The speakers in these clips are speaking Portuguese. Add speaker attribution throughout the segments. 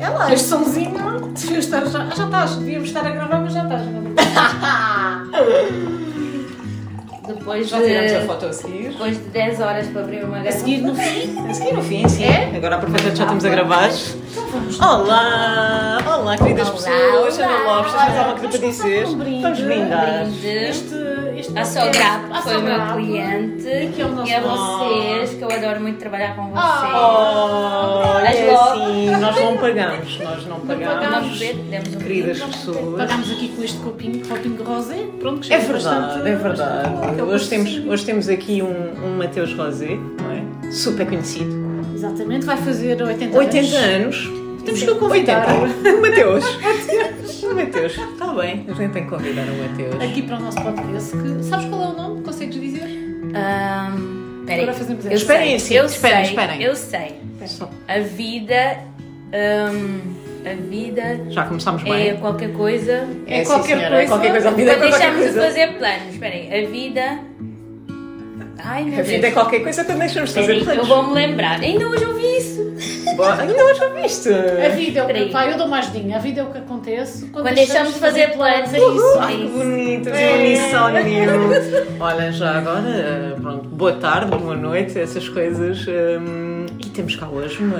Speaker 1: É lá, este somzinho não. Devias estar- Já, já estás, devíamos estar a gravar, mas já estás. é?
Speaker 2: Depois
Speaker 1: Já tiramos a
Speaker 2: de,
Speaker 1: foto a seguir.
Speaker 2: depois de 10 horas para abrir uma
Speaker 1: A
Speaker 2: garrafa.
Speaker 1: seguir no fim.
Speaker 3: A seguir no fim, sim.
Speaker 1: É?
Speaker 3: Agora aproveitando que já estamos a gravar. Olá! Olá, queridas
Speaker 2: Olá,
Speaker 3: pessoas.
Speaker 2: olá.
Speaker 3: Ana Lopes, tens mais alguma coisa para
Speaker 1: começar
Speaker 3: dizer?
Speaker 1: com um brinde.
Speaker 3: Vamos brindar.
Speaker 2: Brinde.
Speaker 1: Este. este
Speaker 2: A
Speaker 1: podcast-
Speaker 2: Sograp
Speaker 1: à
Speaker 2: foi o meu
Speaker 1: Sograp.
Speaker 2: cliente
Speaker 1: E que é o nosso
Speaker 2: e a
Speaker 1: nome.
Speaker 2: vocês, que eu adoro muito trabalhar com vocês.
Speaker 3: Oh, é
Speaker 2: Mas logo.
Speaker 3: assim, nós não pagamos, nós não
Speaker 2: Vamos
Speaker 3: pagamos.
Speaker 2: beber, demos um
Speaker 3: Queridas
Speaker 2: brinde.
Speaker 3: pessoas.
Speaker 1: Pagámos aqui com este copinho, copinho rosé. Pronto, que
Speaker 3: É
Speaker 1: já
Speaker 3: verdade,
Speaker 1: bastante-
Speaker 3: é
Speaker 1: bastante
Speaker 3: verdade.
Speaker 1: bom.
Speaker 3: Hoje temos, hoje temos aqui um, um Mateus Rosé, não é? Super conhecido.
Speaker 1: Exatamente, vai fazer 80
Speaker 3: 80 anos.
Speaker 1: Temos que o convidar.
Speaker 3: 80. O Mateus. O Mateus. Está bem, a gente tem que convidar o Mateus.
Speaker 1: Aqui para o nosso podcast. Que, sabes qual é o nome? Consegues dizer?
Speaker 2: Ahm, Espera aí.
Speaker 1: Agora fazemos
Speaker 2: Eu
Speaker 1: esta.
Speaker 3: Esperem
Speaker 2: sei,
Speaker 3: assim,
Speaker 2: eu
Speaker 3: esperem,
Speaker 2: sei,
Speaker 3: esperem.
Speaker 2: Eu sei.
Speaker 3: Só-
Speaker 2: A vida. ahm, a vida
Speaker 3: Já começámos
Speaker 2: é
Speaker 3: bem.
Speaker 2: qualquer coisa.
Speaker 3: É, sim, senhora, é qualquer coisa, a vida é
Speaker 2: Quando
Speaker 3: qualquer
Speaker 2: deixamos de
Speaker 3: coisa.
Speaker 2: fazer planos. Espera aí. A vida. Ai, meu
Speaker 3: A vida é
Speaker 2: Deus.
Speaker 3: qualquer coisa, também deixamos de
Speaker 2: Espera
Speaker 3: fazer
Speaker 2: aí, Eu
Speaker 3: planos.
Speaker 2: vou-me lembrar. Ainda hoje ouvi isso.
Speaker 3: Boa, Ainda hoje ouviste.
Speaker 1: A vida é o que.
Speaker 2: Peraí.
Speaker 1: Pá, eu dou mais dinho. A vida é o que acontece. Quando,
Speaker 2: deixamos de fazer planos, é isso.
Speaker 3: Ai, que bonito,
Speaker 2: É.
Speaker 3: unisónio. Olha, já agora, pronto, boa tarde, boa noite, essas coisas. hum, e temos cá hoje uma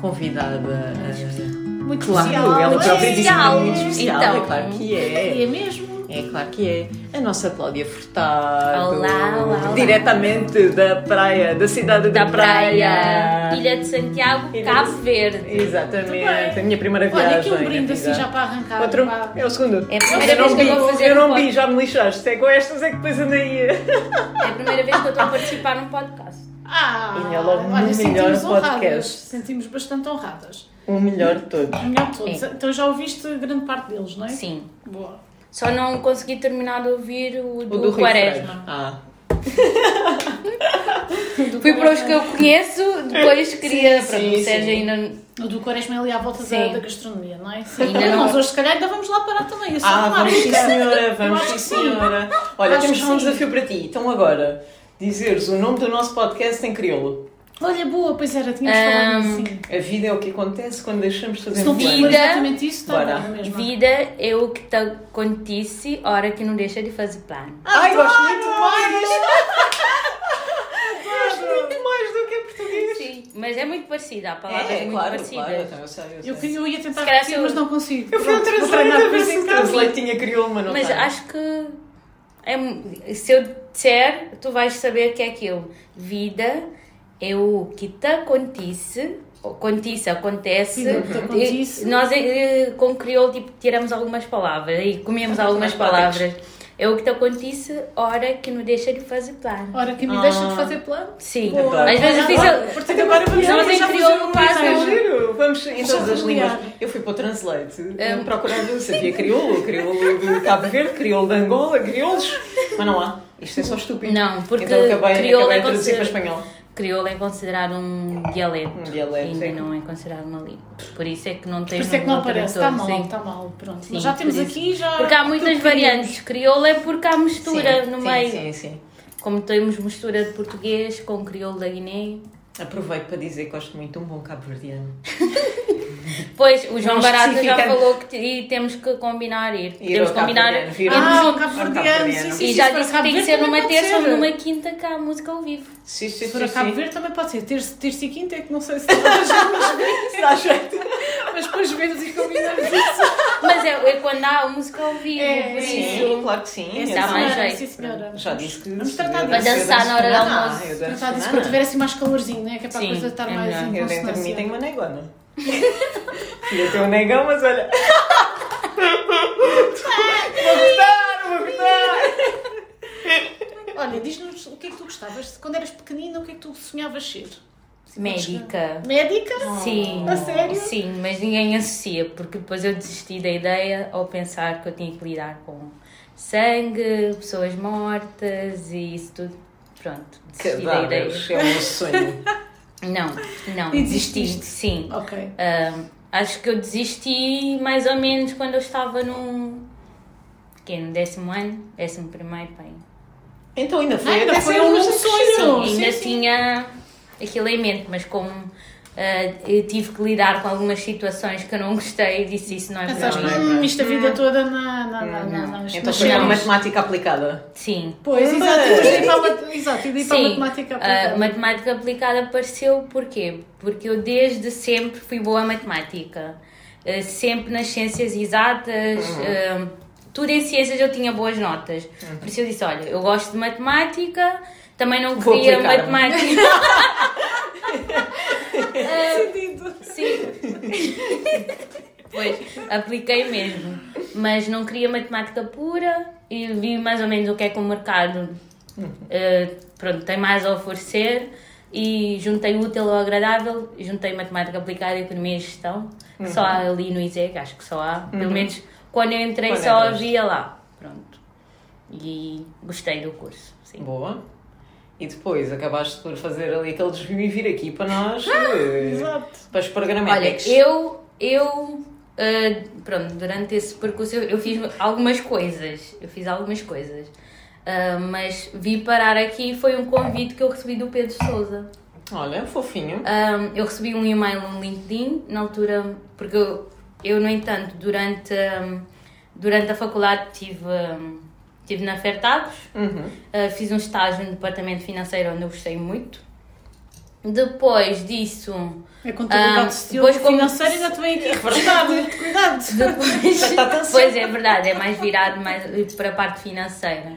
Speaker 3: convidada. ah,
Speaker 1: Muito
Speaker 3: Claro,
Speaker 1: especial.
Speaker 3: ela própria disse que é
Speaker 2: Especial.
Speaker 3: muito especial,
Speaker 2: Então.
Speaker 3: é claro que
Speaker 1: É
Speaker 3: é.
Speaker 1: mesmo?
Speaker 3: É claro que é. A nossa Cláudia Furtado.
Speaker 2: Olá, olá, olá.
Speaker 3: Diretamente da praia, da cidade da,
Speaker 2: Da praia. Ilha de Santiago,
Speaker 3: Ilha de-
Speaker 2: Cabo Verde.
Speaker 1: Muito
Speaker 3: Exatamente,
Speaker 1: bem.
Speaker 3: a minha primeira viagem.
Speaker 1: Olha, aqui um brinde
Speaker 3: na
Speaker 1: assim
Speaker 3: vida.
Speaker 1: já para arrancar.
Speaker 3: Outro?
Speaker 1: pá.
Speaker 3: É o segundo.
Speaker 2: É a primeira
Speaker 3: eu não
Speaker 2: vez que eu
Speaker 3: vi,
Speaker 2: vou fazer
Speaker 3: eu não
Speaker 2: um
Speaker 3: vi,
Speaker 2: pod-
Speaker 3: já me lixaste. É com estas é que depois andei.
Speaker 2: É a primeira vez que eu estou a participar num podcast.
Speaker 1: Ah,
Speaker 3: E é logo no
Speaker 1: olha,
Speaker 3: melhor
Speaker 1: sentimos honradas.
Speaker 3: podcast.
Speaker 1: Sentimos bastante honradas.
Speaker 3: O melhor de todos.
Speaker 1: Melhor de todos. Então já ouviste grande parte deles, não é?
Speaker 2: É. Sim.
Speaker 1: Boa.
Speaker 2: Só não consegui terminar de ouvir o do,
Speaker 3: O do Rui
Speaker 2: Quaresma.
Speaker 3: Freire. Ah.
Speaker 2: Fui para os que eu conheço, depois queria.
Speaker 3: sim,
Speaker 2: pronto, o Sérgio
Speaker 3: sim.
Speaker 2: ainda. não-
Speaker 1: O do Quaresma é ali à volta da,
Speaker 2: Sim.
Speaker 1: da gastronomia, não é?
Speaker 2: ainda não.
Speaker 1: Nós hoje, se calhar, ainda vamos lá parar também. Eu sou
Speaker 3: Ah,
Speaker 1: tomada.
Speaker 3: vamos sim, senhora, vamos
Speaker 1: acho
Speaker 3: sim,
Speaker 1: que sim.
Speaker 3: senhora. Olha,
Speaker 1: Acho
Speaker 3: temos
Speaker 1: que
Speaker 3: só um
Speaker 1: sim.
Speaker 3: desafio para ti. Então agora, dizeres o nome do nosso podcast em crioulo.
Speaker 1: Olha, boa, pois era, tínhamos falado
Speaker 2: Ahm,
Speaker 1: assim.
Speaker 3: A vida é o que acontece quando deixamos de fazer
Speaker 1: Se não
Speaker 3: planos.
Speaker 1: for
Speaker 2: vida-
Speaker 1: exatamente isso, está
Speaker 3: Bora.
Speaker 1: bom mesmo.
Speaker 2: Vida é o que te acontece, hora que não deixa de fazer plano.
Speaker 3: Ai, gosto muito
Speaker 1: Adoro!
Speaker 3: mais! Gosto muito mais do que em português.
Speaker 2: Sim, mas é muito parecida, a palavra é, muito parecida.
Speaker 3: então eu sei, eu sei.
Speaker 1: Eu, queria- eu ia tentar
Speaker 2: Se calhar
Speaker 1: repetir,
Speaker 2: se eu-
Speaker 1: mas não consigo.
Speaker 3: Eu fui ao
Speaker 1: Pronto, vou
Speaker 3: translate
Speaker 1: treinar
Speaker 3: a ver
Speaker 1: para
Speaker 3: se
Speaker 1: isso
Speaker 3: o
Speaker 1: em casa.
Speaker 3: translate tinha crioulo, mas não
Speaker 2: Mas
Speaker 3: tem.
Speaker 2: acho que é mu- se eu disser, tu vais saber o que é aquilo. Vida é o que te acontece. Acontece, acontece.
Speaker 1: Vida que te acontece.
Speaker 2: E Nós eh, com crioulo tipo, tiramos algumas palavras e comemos algumas palavras. É o que te acontece, hora que não deixa de fazer plano.
Speaker 1: Ora, que me
Speaker 3: Ah.
Speaker 1: deixa de fazer plano.
Speaker 2: Sim,
Speaker 3: Boa.
Speaker 2: às vezes
Speaker 1: Olha,
Speaker 2: fiz
Speaker 1: é olha, portanto, agora vamos
Speaker 2: nós
Speaker 1: já
Speaker 2: em
Speaker 1: fazer
Speaker 2: crioulo
Speaker 1: um
Speaker 2: quase
Speaker 3: É
Speaker 1: design.
Speaker 2: não-
Speaker 3: giro, vamos em todas as línguas.
Speaker 1: Familiar.
Speaker 3: Eu fui para o Translate um,
Speaker 2: Hum.
Speaker 3: procurar, eu sabia crioulo, crioulo do Cabo Verde, crioulo de Angola, crioulos, mas não há. Isto é só estúpido.
Speaker 2: Não, porque
Speaker 3: então acabei,
Speaker 2: crioulo
Speaker 3: acabei
Speaker 2: é
Speaker 3: a traduzir para
Speaker 2: considerado-
Speaker 3: espanhol.
Speaker 2: Crioulo é considerado um dialeto.
Speaker 3: Um dialeto,
Speaker 2: Ainda
Speaker 3: sim.
Speaker 2: não é considerado uma língua. Por isso é que não tem
Speaker 1: Por isso é que não
Speaker 2: nome
Speaker 1: aparece. Está
Speaker 2: tradutor,
Speaker 1: mal,
Speaker 2: sim.
Speaker 1: está mal. Pronto.
Speaker 2: Sim,
Speaker 1: Mas já temos
Speaker 2: por isso.
Speaker 1: aqui, já...
Speaker 2: Porque há muitas
Speaker 1: tudo que queríamos.
Speaker 2: variantes. Crioulo é porque há mistura
Speaker 3: Sim,
Speaker 2: no
Speaker 3: sim,
Speaker 2: meio.
Speaker 3: Sim, sim.
Speaker 2: Como temos mistura de português com crioulo da Guiné.
Speaker 3: Aproveito para dizer que gosto muito de um bom cabo-verdiano.
Speaker 2: Pois, o João
Speaker 3: Não
Speaker 2: Barata já
Speaker 3: especificando.
Speaker 2: falou que t- e temos que combinar ir.
Speaker 3: Ir
Speaker 2: temos
Speaker 3: ao
Speaker 2: que combinar.
Speaker 3: Cabo Verdeano, vir
Speaker 2: irmos
Speaker 1: Ah, o
Speaker 2: juntos.
Speaker 1: Cabo
Speaker 3: Cabo
Speaker 1: Verdeano, sim,
Speaker 3: Verdeano.
Speaker 1: sim,
Speaker 2: E
Speaker 1: sim,
Speaker 2: já
Speaker 1: se for a
Speaker 2: disse que tem
Speaker 1: Cabo
Speaker 2: que ser
Speaker 1: Verde
Speaker 2: numa
Speaker 1: também
Speaker 2: terça
Speaker 1: pode
Speaker 2: ou
Speaker 1: ser.
Speaker 2: numa quinta que há música ao vivo.
Speaker 3: Sim, sim,
Speaker 1: Se
Speaker 3: sim.
Speaker 1: for a Cabo
Speaker 3: sim.
Speaker 1: Verde também pode ser. Terça, terça e quinta é que não sei se dá jeito,
Speaker 3: Se dá jeito.
Speaker 1: mas depois vemos e combinamos isso.
Speaker 2: Mas é, é quando há música ao vivo,
Speaker 1: É,
Speaker 2: por
Speaker 3: Sim,
Speaker 2: isso.
Speaker 3: claro que sim.
Speaker 2: Esse
Speaker 3: Eu
Speaker 2: dá
Speaker 3: também-
Speaker 2: mais jeito.
Speaker 1: Sim, senhora.
Speaker 3: Já disse que.
Speaker 1: Vamos tratar
Speaker 3: eu
Speaker 1: disso.
Speaker 3: danço-
Speaker 2: Para dançar na hora do
Speaker 3: eu danço-
Speaker 2: almoço.
Speaker 3: Ah, eu danço
Speaker 1: Tratar disso
Speaker 3: nada.
Speaker 1: quando tiver assim mais calorzinho, né? Que é para a
Speaker 2: Sim,
Speaker 1: coisa estar
Speaker 2: é
Speaker 1: mais
Speaker 2: melhor.
Speaker 1: em
Speaker 3: Eu dentro de mim tenho
Speaker 1: consonância.
Speaker 3: uma negona. Queria ter um negão, mas olha. vou gostar, vou gostar.
Speaker 1: Olha, diz-nos o que é que tu gostavas, quando eras pequenina, o que é que tu sonhavas ser?
Speaker 2: Médica.
Speaker 1: Médica?
Speaker 2: Sim.
Speaker 1: A sério?
Speaker 2: Sim, mas ninguém associa, porque depois eu desisti da ideia ao pensar que eu tinha que lidar com sangue, pessoas mortas e isso tudo. Pronto, desisti da ideia.
Speaker 3: Cadáveres, é um sonho.
Speaker 2: Não, não,
Speaker 1: E
Speaker 2: desisti,
Speaker 1: desististe?
Speaker 2: sim.
Speaker 1: Ok.
Speaker 2: Ahm, acho que eu desisti mais ou menos quando eu estava no. Quê? No décimo ano? Décimo primeiro, bem.
Speaker 3: Então ainda foi,
Speaker 1: Ainda
Speaker 3: até
Speaker 1: foi
Speaker 3: ser
Speaker 1: um
Speaker 3: uma
Speaker 1: sonho.
Speaker 3: sonho.
Speaker 1: sim,
Speaker 2: ainda
Speaker 1: sim.
Speaker 2: tinha aquilo em mente, mas como eh, eu tive que lidar com algumas situações que eu não gostei e disse isso não é para
Speaker 1: Pensaste,
Speaker 2: mim.
Speaker 1: hum, isto a vida toda na. na, na, na, na
Speaker 3: Então foi uma
Speaker 1: nas-
Speaker 3: matemática aplicada.
Speaker 2: Sim.
Speaker 1: Pois, exato, e daí para a mat- exato, e daí para a
Speaker 2: Hum. Sim, Ah,
Speaker 1: matemática.
Speaker 2: a
Speaker 1: aplicada.
Speaker 2: matemática aplicada apareceu porquê? Porque eu desde sempre fui boa em matemática. Eh, Sempre nas ciências exatas,
Speaker 1: Uhum.
Speaker 2: eh, tudo em ciências eu tinha boas notas. Por isso eu disse: olha, eu gosto de matemática, também não
Speaker 3: Vou
Speaker 2: queria
Speaker 3: aplicar a
Speaker 2: matemática. Ah,
Speaker 1: Sentido.
Speaker 2: Sim. pois, apliquei mesmo. Mas não queria matemática pura e vi mais ou menos o que é que o mercado eh, pronto, tem mais a oferecer e juntei o útil ao agradável, juntei matemática aplicada, economia e gestão, que só há ali no ISEG, acho que só há, pelo menos quando eu entrei
Speaker 3: Quando
Speaker 2: só
Speaker 3: entras.
Speaker 2: havia lá. Pronto. E gostei do curso, sim.
Speaker 3: Boa. E depois acabaste por fazer ali aquele desvio e vir aqui para nós. eh,
Speaker 1: Exato.
Speaker 3: Para os É
Speaker 2: Olha,
Speaker 3: programáticos.
Speaker 2: eu, eu ah, pronto, durante esse percurso eu, eu fiz algumas coisas, eu fiz algumas coisas, Ah, mas vi parar aqui e foi um convite que eu recebi do Pedro Souza.
Speaker 3: Olha, é fofinho.
Speaker 2: eu recebi um e-mail no LinkedIn, na altura, porque eu, eu, no entanto, durante, ah, durante a faculdade tive, ah, tive na Fertagos,
Speaker 3: Uhum.
Speaker 2: Uh, fiz um estágio no departamento financeiro onde eu gostei muito. Depois disso,
Speaker 1: A contabilidade
Speaker 2: Ah,
Speaker 1: social
Speaker 2: depois como-
Speaker 1: financeira ainda te vem aqui reportado. Cuidado.
Speaker 2: depois,
Speaker 3: Já está Tá, tão cedo.
Speaker 2: pois é verdade, é mais virado mais para a parte financeira.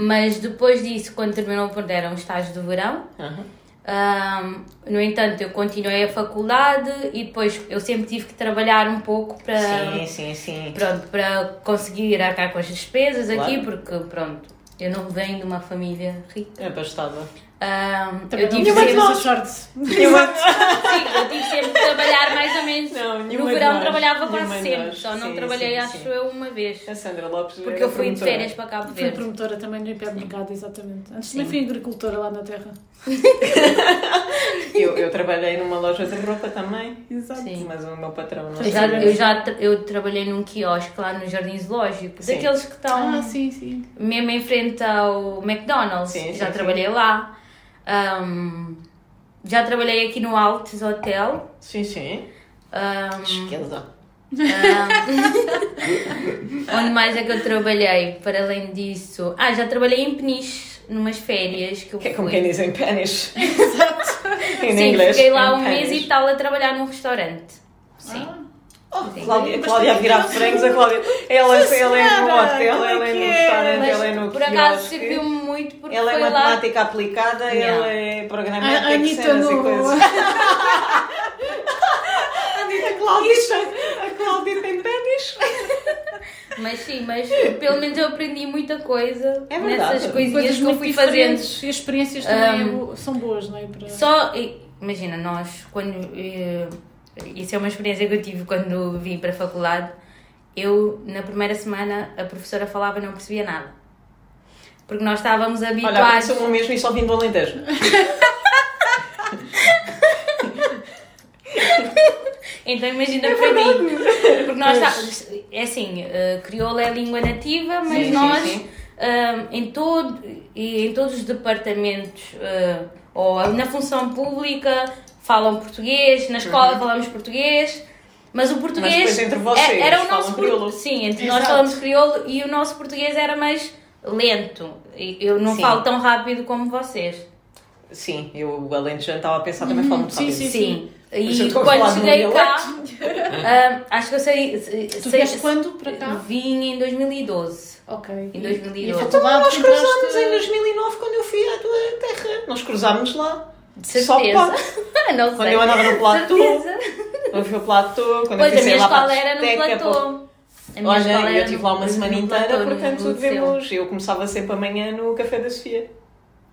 Speaker 2: Mas depois disso, quando terminou, pronto, era um estágio do verão.
Speaker 3: Uhum.
Speaker 2: Ahm, no entanto, eu continuei a faculdade e depois eu sempre tive que trabalhar um pouco para
Speaker 3: Sim, sim, sim.
Speaker 2: pronto, para conseguir arcar com as despesas aqui,
Speaker 3: Claro.
Speaker 2: porque pronto, eu não venho de uma família rica.
Speaker 3: É pastada.
Speaker 2: Ahm,
Speaker 1: Também
Speaker 2: eu
Speaker 1: não
Speaker 2: tive
Speaker 1: tinha
Speaker 2: sempre-
Speaker 1: mais shorts.
Speaker 2: Sim, eu tive sempre que trabalhar mais ou menos.
Speaker 3: Não,
Speaker 2: no
Speaker 3: nenhuma de
Speaker 2: verão
Speaker 3: nós,
Speaker 2: trabalhava
Speaker 3: nenhuma
Speaker 2: quase
Speaker 3: de
Speaker 2: sempre,
Speaker 3: nós.
Speaker 2: só não
Speaker 3: Sim,
Speaker 2: trabalhei
Speaker 3: sim,
Speaker 2: acho
Speaker 3: sim.
Speaker 2: eu uma vez.
Speaker 3: A É Sandra Lopes.
Speaker 2: Porque
Speaker 3: era
Speaker 2: eu fui de
Speaker 3: promotora.
Speaker 2: férias para Cabo
Speaker 1: Fui
Speaker 2: Verde.
Speaker 1: promotora também no hipermercado, exatamente. Antes também fui agricultora lá na terra.
Speaker 3: Eu, eu trabalhei numa loja de roupa também.
Speaker 1: Exato.
Speaker 2: Sim.
Speaker 3: Mas o meu patrão não
Speaker 2: Eu já,
Speaker 3: sabia.
Speaker 2: eu já tra- eu trabalhei num quiosque lá no Jardim Zoológico,
Speaker 3: Sim.
Speaker 2: daqueles que estão
Speaker 1: Ah, sim, sim.
Speaker 2: mesmo em frente ao McDonald's.
Speaker 3: Sim,
Speaker 2: já
Speaker 3: sim,
Speaker 2: trabalhei lá. Ahm, já trabalhei aqui no Altos Hotel.
Speaker 3: Sim, sim.
Speaker 2: Ahm,
Speaker 3: Esquerda.
Speaker 2: Onde mais é que eu trabalhei? Para além disso. Ah, já trabalhei em Peniche, numas férias que eu
Speaker 3: Que é
Speaker 2: fui.
Speaker 3: como quem diz em Spanish. Exato. Em
Speaker 2: Sim,
Speaker 3: inglês.
Speaker 2: fiquei lá
Speaker 3: em
Speaker 2: um mês
Speaker 3: Spanish.
Speaker 2: e tal a trabalhar num restaurante. Sim.
Speaker 3: Oh, Cláudia, a Cláudia a virar frangos, a Cláudia. Ela, ela é no
Speaker 1: senhora,
Speaker 3: hotel, ela é
Speaker 1: como é
Speaker 3: no
Speaker 1: que é?
Speaker 3: restaurante,
Speaker 2: Mas
Speaker 3: ela é no
Speaker 2: por acaso
Speaker 3: quiosque.
Speaker 2: serviu-me muito porque
Speaker 3: Ela é
Speaker 2: foi lá.
Speaker 3: matemática aplicada,
Speaker 2: Yeah.
Speaker 3: ela é programática,
Speaker 1: A Ah, Anitta
Speaker 3: cenas e
Speaker 1: no.
Speaker 3: coisas. A Cláudia, a Cláudia tem ténis.
Speaker 2: Mas sim, mas pelo menos eu aprendi muita coisa
Speaker 3: É verdade.
Speaker 2: nessas coisinhas
Speaker 1: Coisas
Speaker 2: que eu
Speaker 1: muito
Speaker 2: fui fazendo. Um,
Speaker 1: diferentes. E as experiências também é bo- são boas, não é? Para...
Speaker 2: Só, e- imagina, nós, quando. eh, Isso é uma experiência que eu tive quando vim para a faculdade. Eu, na primeira semana, a professora falava e não percebia nada. Porque nós estávamos
Speaker 3: Olha,
Speaker 2: habituados.
Speaker 3: aconteceu-me o mesmo e só vim do Alentejo.
Speaker 2: Então
Speaker 3: É
Speaker 2: imagina para mim. Porque nós tá- é assim, eh, crioula é a língua nativa, mas
Speaker 3: Sim, sim,
Speaker 2: nós
Speaker 3: sim.
Speaker 2: ah, em, todo, e em todos os departamentos ah, ou na função pública falam português, na escola falamos português, mas o português
Speaker 3: Uhum. depois entre vocês
Speaker 2: é- era o
Speaker 3: falam
Speaker 2: nosso por-
Speaker 3: crioulo.
Speaker 2: Sim, entre nós
Speaker 1: Exato.
Speaker 2: falamos crioulo e o nosso português era mais lento. E Eu não
Speaker 3: Sim.
Speaker 2: falo tão rápido como vocês.
Speaker 3: Sim, eu o Alentejano estava a pensar também falo muito
Speaker 1: Sim,
Speaker 3: rápido.
Speaker 1: sim.
Speaker 2: Sim.
Speaker 3: Mas eu
Speaker 2: E
Speaker 3: estou a
Speaker 2: quando
Speaker 3: falar de um
Speaker 2: cheguei cá, ah, acho que eu sei. sei-
Speaker 1: Tu
Speaker 2: sei-
Speaker 1: vieste quando para cá?
Speaker 2: Vim em 2012.
Speaker 1: Ok.
Speaker 2: Em 2008.
Speaker 1: E a
Speaker 2: Então,
Speaker 1: faculdade
Speaker 3: Nós
Speaker 1: entraste-
Speaker 3: cruzámos em 2009 quando eu fui à tua terra. Nós cruzámos lá.
Speaker 2: De
Speaker 3: Só
Speaker 2: certeza.
Speaker 3: pá.
Speaker 2: Não sei.
Speaker 3: Quando eu andava no platô.
Speaker 2: Certeza.
Speaker 3: Quando fui ao platô, quando eu
Speaker 2: Pois,
Speaker 3: fui
Speaker 2: a minha
Speaker 3: sei lá, para
Speaker 2: escola era no
Speaker 3: discoteca, para-
Speaker 2: platô. A minha escola
Speaker 3: Olha, eu
Speaker 2: era
Speaker 3: estive
Speaker 2: no-
Speaker 3: lá uma
Speaker 2: no
Speaker 3: semana
Speaker 2: platô,
Speaker 3: inteira,
Speaker 2: no- no
Speaker 3: portanto
Speaker 2: liceu.
Speaker 3: devemos. Eu começava sempre amanhã no Café da Sofia.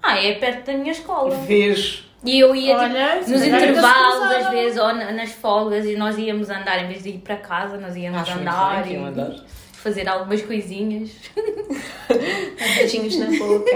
Speaker 2: Ah, é perto da minha escola.
Speaker 3: Vês?
Speaker 2: E eu ia tipo,
Speaker 1: Olha, se
Speaker 2: nos
Speaker 1: calhar ainda se
Speaker 2: intervalos, às
Speaker 1: cruzaram.
Speaker 2: vezes, ou na- nas folgas, e nós íamos andar, em vez de ir para casa, nós íamos
Speaker 3: Acho muito
Speaker 2: andar
Speaker 3: bem que
Speaker 2: e
Speaker 3: iam andar.
Speaker 2: fazer algumas coisinhas.
Speaker 3: Beijinhos na boca.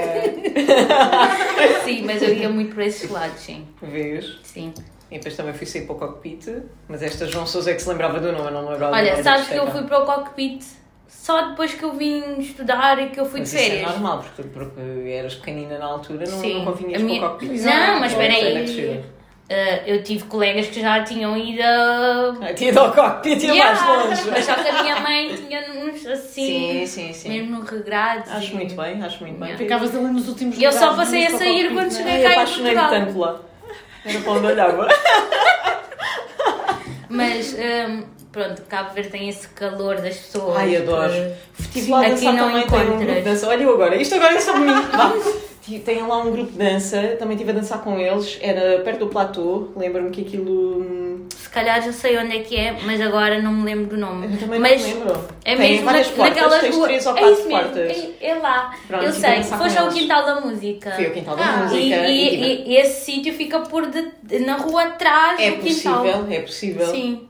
Speaker 2: sim, mas eu ia muito para esses lados, sim.
Speaker 3: Vês?
Speaker 2: Sim.
Speaker 3: E depois também fui sair para o cockpit, mas esta João Sousa é que se lembrava do nome, eu não me lembrava do
Speaker 2: Olha,
Speaker 3: nome
Speaker 2: sabes
Speaker 3: deste
Speaker 2: que eu
Speaker 3: cara.
Speaker 2: fui para o cockpit só depois que eu vim estudar e que eu fui
Speaker 3: Mas
Speaker 2: de
Speaker 3: isso é
Speaker 2: férias.
Speaker 3: normal, porque, porque eras pequenina na altura, não,
Speaker 2: Sim.
Speaker 3: não
Speaker 2: A
Speaker 3: convinhas
Speaker 2: minha-
Speaker 3: para o cockpit.
Speaker 2: Não, mas
Speaker 3: Ou
Speaker 2: espera
Speaker 3: era
Speaker 2: aí.
Speaker 3: crescida.
Speaker 2: eh, eu tive colegas que já tinham ido a
Speaker 3: Ah, Tinha ido ao cockpit e
Speaker 2: Yeah,
Speaker 3: mais longe.
Speaker 2: Mas só que a minha mãe tinha uns assim,
Speaker 3: Sim, sim, sim.
Speaker 2: mesmo assim. regrados.
Speaker 3: Acho
Speaker 2: e- um.
Speaker 3: muito bem, acho muito bem.
Speaker 1: Ficavas ali nos últimos
Speaker 2: Eu só
Speaker 1: lugares,
Speaker 2: passei a
Speaker 1: no
Speaker 2: sair
Speaker 1: cockpit,
Speaker 2: quando
Speaker 1: não é?
Speaker 2: cheguei.
Speaker 3: Ai,
Speaker 2: cá em
Speaker 3: apaixonei-me
Speaker 2: Portugal.
Speaker 3: tanto lá. Era para onde olhava.
Speaker 2: Mas hum, pronto, Cabo Verde tem esse calor das pessoas.
Speaker 3: Ai, adoro. Estive Tipo, lá a
Speaker 2: Aqui
Speaker 3: dançar
Speaker 2: não
Speaker 3: também, tem um grupo de
Speaker 2: encontras.
Speaker 3: dança. Olha eu agora, isto agora é sobre mim. Vá. Ti- Tem lá um grupo de dança, também estive a dançar com eles, era perto do platô, lembro-me que aquilo... hum,
Speaker 2: Se calhar já sei onde é que é, mas agora não me lembro do nome.
Speaker 3: Eu também
Speaker 2: mas
Speaker 3: não me lembro.
Speaker 2: É
Speaker 3: Tem
Speaker 2: mesmo
Speaker 3: várias
Speaker 2: na,
Speaker 3: portas,
Speaker 2: naquela
Speaker 3: tens
Speaker 2: rua.
Speaker 3: três ou
Speaker 2: é
Speaker 3: quatro
Speaker 2: isso mesmo,
Speaker 3: portas.
Speaker 2: É, é lá.
Speaker 3: Pronto,
Speaker 2: eu
Speaker 3: fui
Speaker 2: sei,
Speaker 3: dançar com
Speaker 2: foste ao
Speaker 3: eles.
Speaker 2: quintal da música.
Speaker 3: Fui ao quintal da
Speaker 1: Ah,
Speaker 2: E,
Speaker 3: música e,
Speaker 2: e-
Speaker 3: tive-
Speaker 2: e- e esse sítio fica por de- na rua atrás
Speaker 3: É
Speaker 2: do quintal.
Speaker 3: possível, é possível. Eh,
Speaker 2: Sim.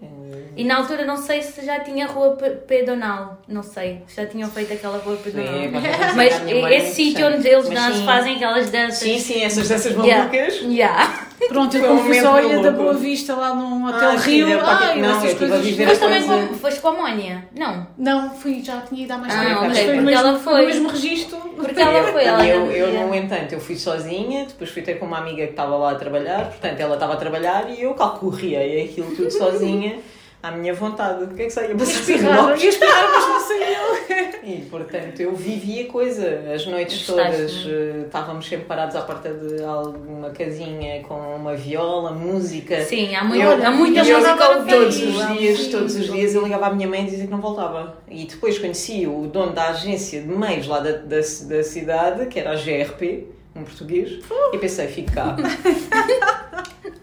Speaker 2: E na altura não sei se já tinha rua pe- pedonal, não sei, se já tinham feito aquela rua pedonal.
Speaker 3: É, agora vou
Speaker 2: Mas
Speaker 3: dizer à minha mãe,
Speaker 2: esse sítio
Speaker 3: interessante.
Speaker 2: onde eles
Speaker 3: Mas
Speaker 2: dançam,
Speaker 3: sim.
Speaker 2: fazem aquelas danças.
Speaker 3: Sim, sim, essas danças
Speaker 2: Yeah.
Speaker 3: malucas.
Speaker 2: Yeah.
Speaker 1: Pronto, a
Speaker 3: Foi um momento
Speaker 1: confessória da
Speaker 3: maluco.
Speaker 1: Boa Vista lá num hotel
Speaker 3: Ah, sim,
Speaker 1: Rio.
Speaker 3: né? Porque-
Speaker 1: Ai,
Speaker 3: não, eu
Speaker 1: essas
Speaker 3: estive a
Speaker 1: coisas.
Speaker 3: viver
Speaker 1: Mas
Speaker 2: Mas
Speaker 3: a
Speaker 1: também
Speaker 2: também
Speaker 3: coisa.
Speaker 2: com, foste com a Mónia? Não.
Speaker 1: Não, fui, já tinha ido há mais
Speaker 2: Ah,
Speaker 1: tempo.
Speaker 2: ok,
Speaker 1: mas foi
Speaker 2: porque
Speaker 1: o mesmo,
Speaker 2: ela foi.
Speaker 1: foi o mesmo registro.
Speaker 2: Porque ela foi,
Speaker 3: eu,
Speaker 2: ela
Speaker 3: eu,
Speaker 2: era
Speaker 3: eu,
Speaker 2: mulher.
Speaker 3: no entanto, eu fui sozinha, depois fui ter com uma amiga que estava lá a trabalhar, portanto, ela estava a trabalhar e eu calcorriei aquilo tudo sozinha, à minha vontade. O que é que saía para
Speaker 1: Espirraram,
Speaker 3: sair
Speaker 1: e espirraram, mas não saiu.
Speaker 3: E, portanto, eu vivi a coisa. As noites
Speaker 2: Gostaste,
Speaker 3: todas eh, estávamos sempre parados à porta de alguma casinha com uma viola, música.
Speaker 2: Sim, há, muito,
Speaker 3: Eu-
Speaker 2: há muita
Speaker 3: e eu
Speaker 2: música
Speaker 1: agora
Speaker 2: ao vivo.
Speaker 3: Todos
Speaker 1: Sim,
Speaker 3: os
Speaker 1: lá,
Speaker 3: dias,
Speaker 1: sim.
Speaker 3: todos os dias eu ligava à minha mãe e dizia que não voltava. E depois conheci o dono da agência de meios lá da, da, da cidade, que era a GRP, um português,
Speaker 1: Uh.
Speaker 3: e pensei, fico cá.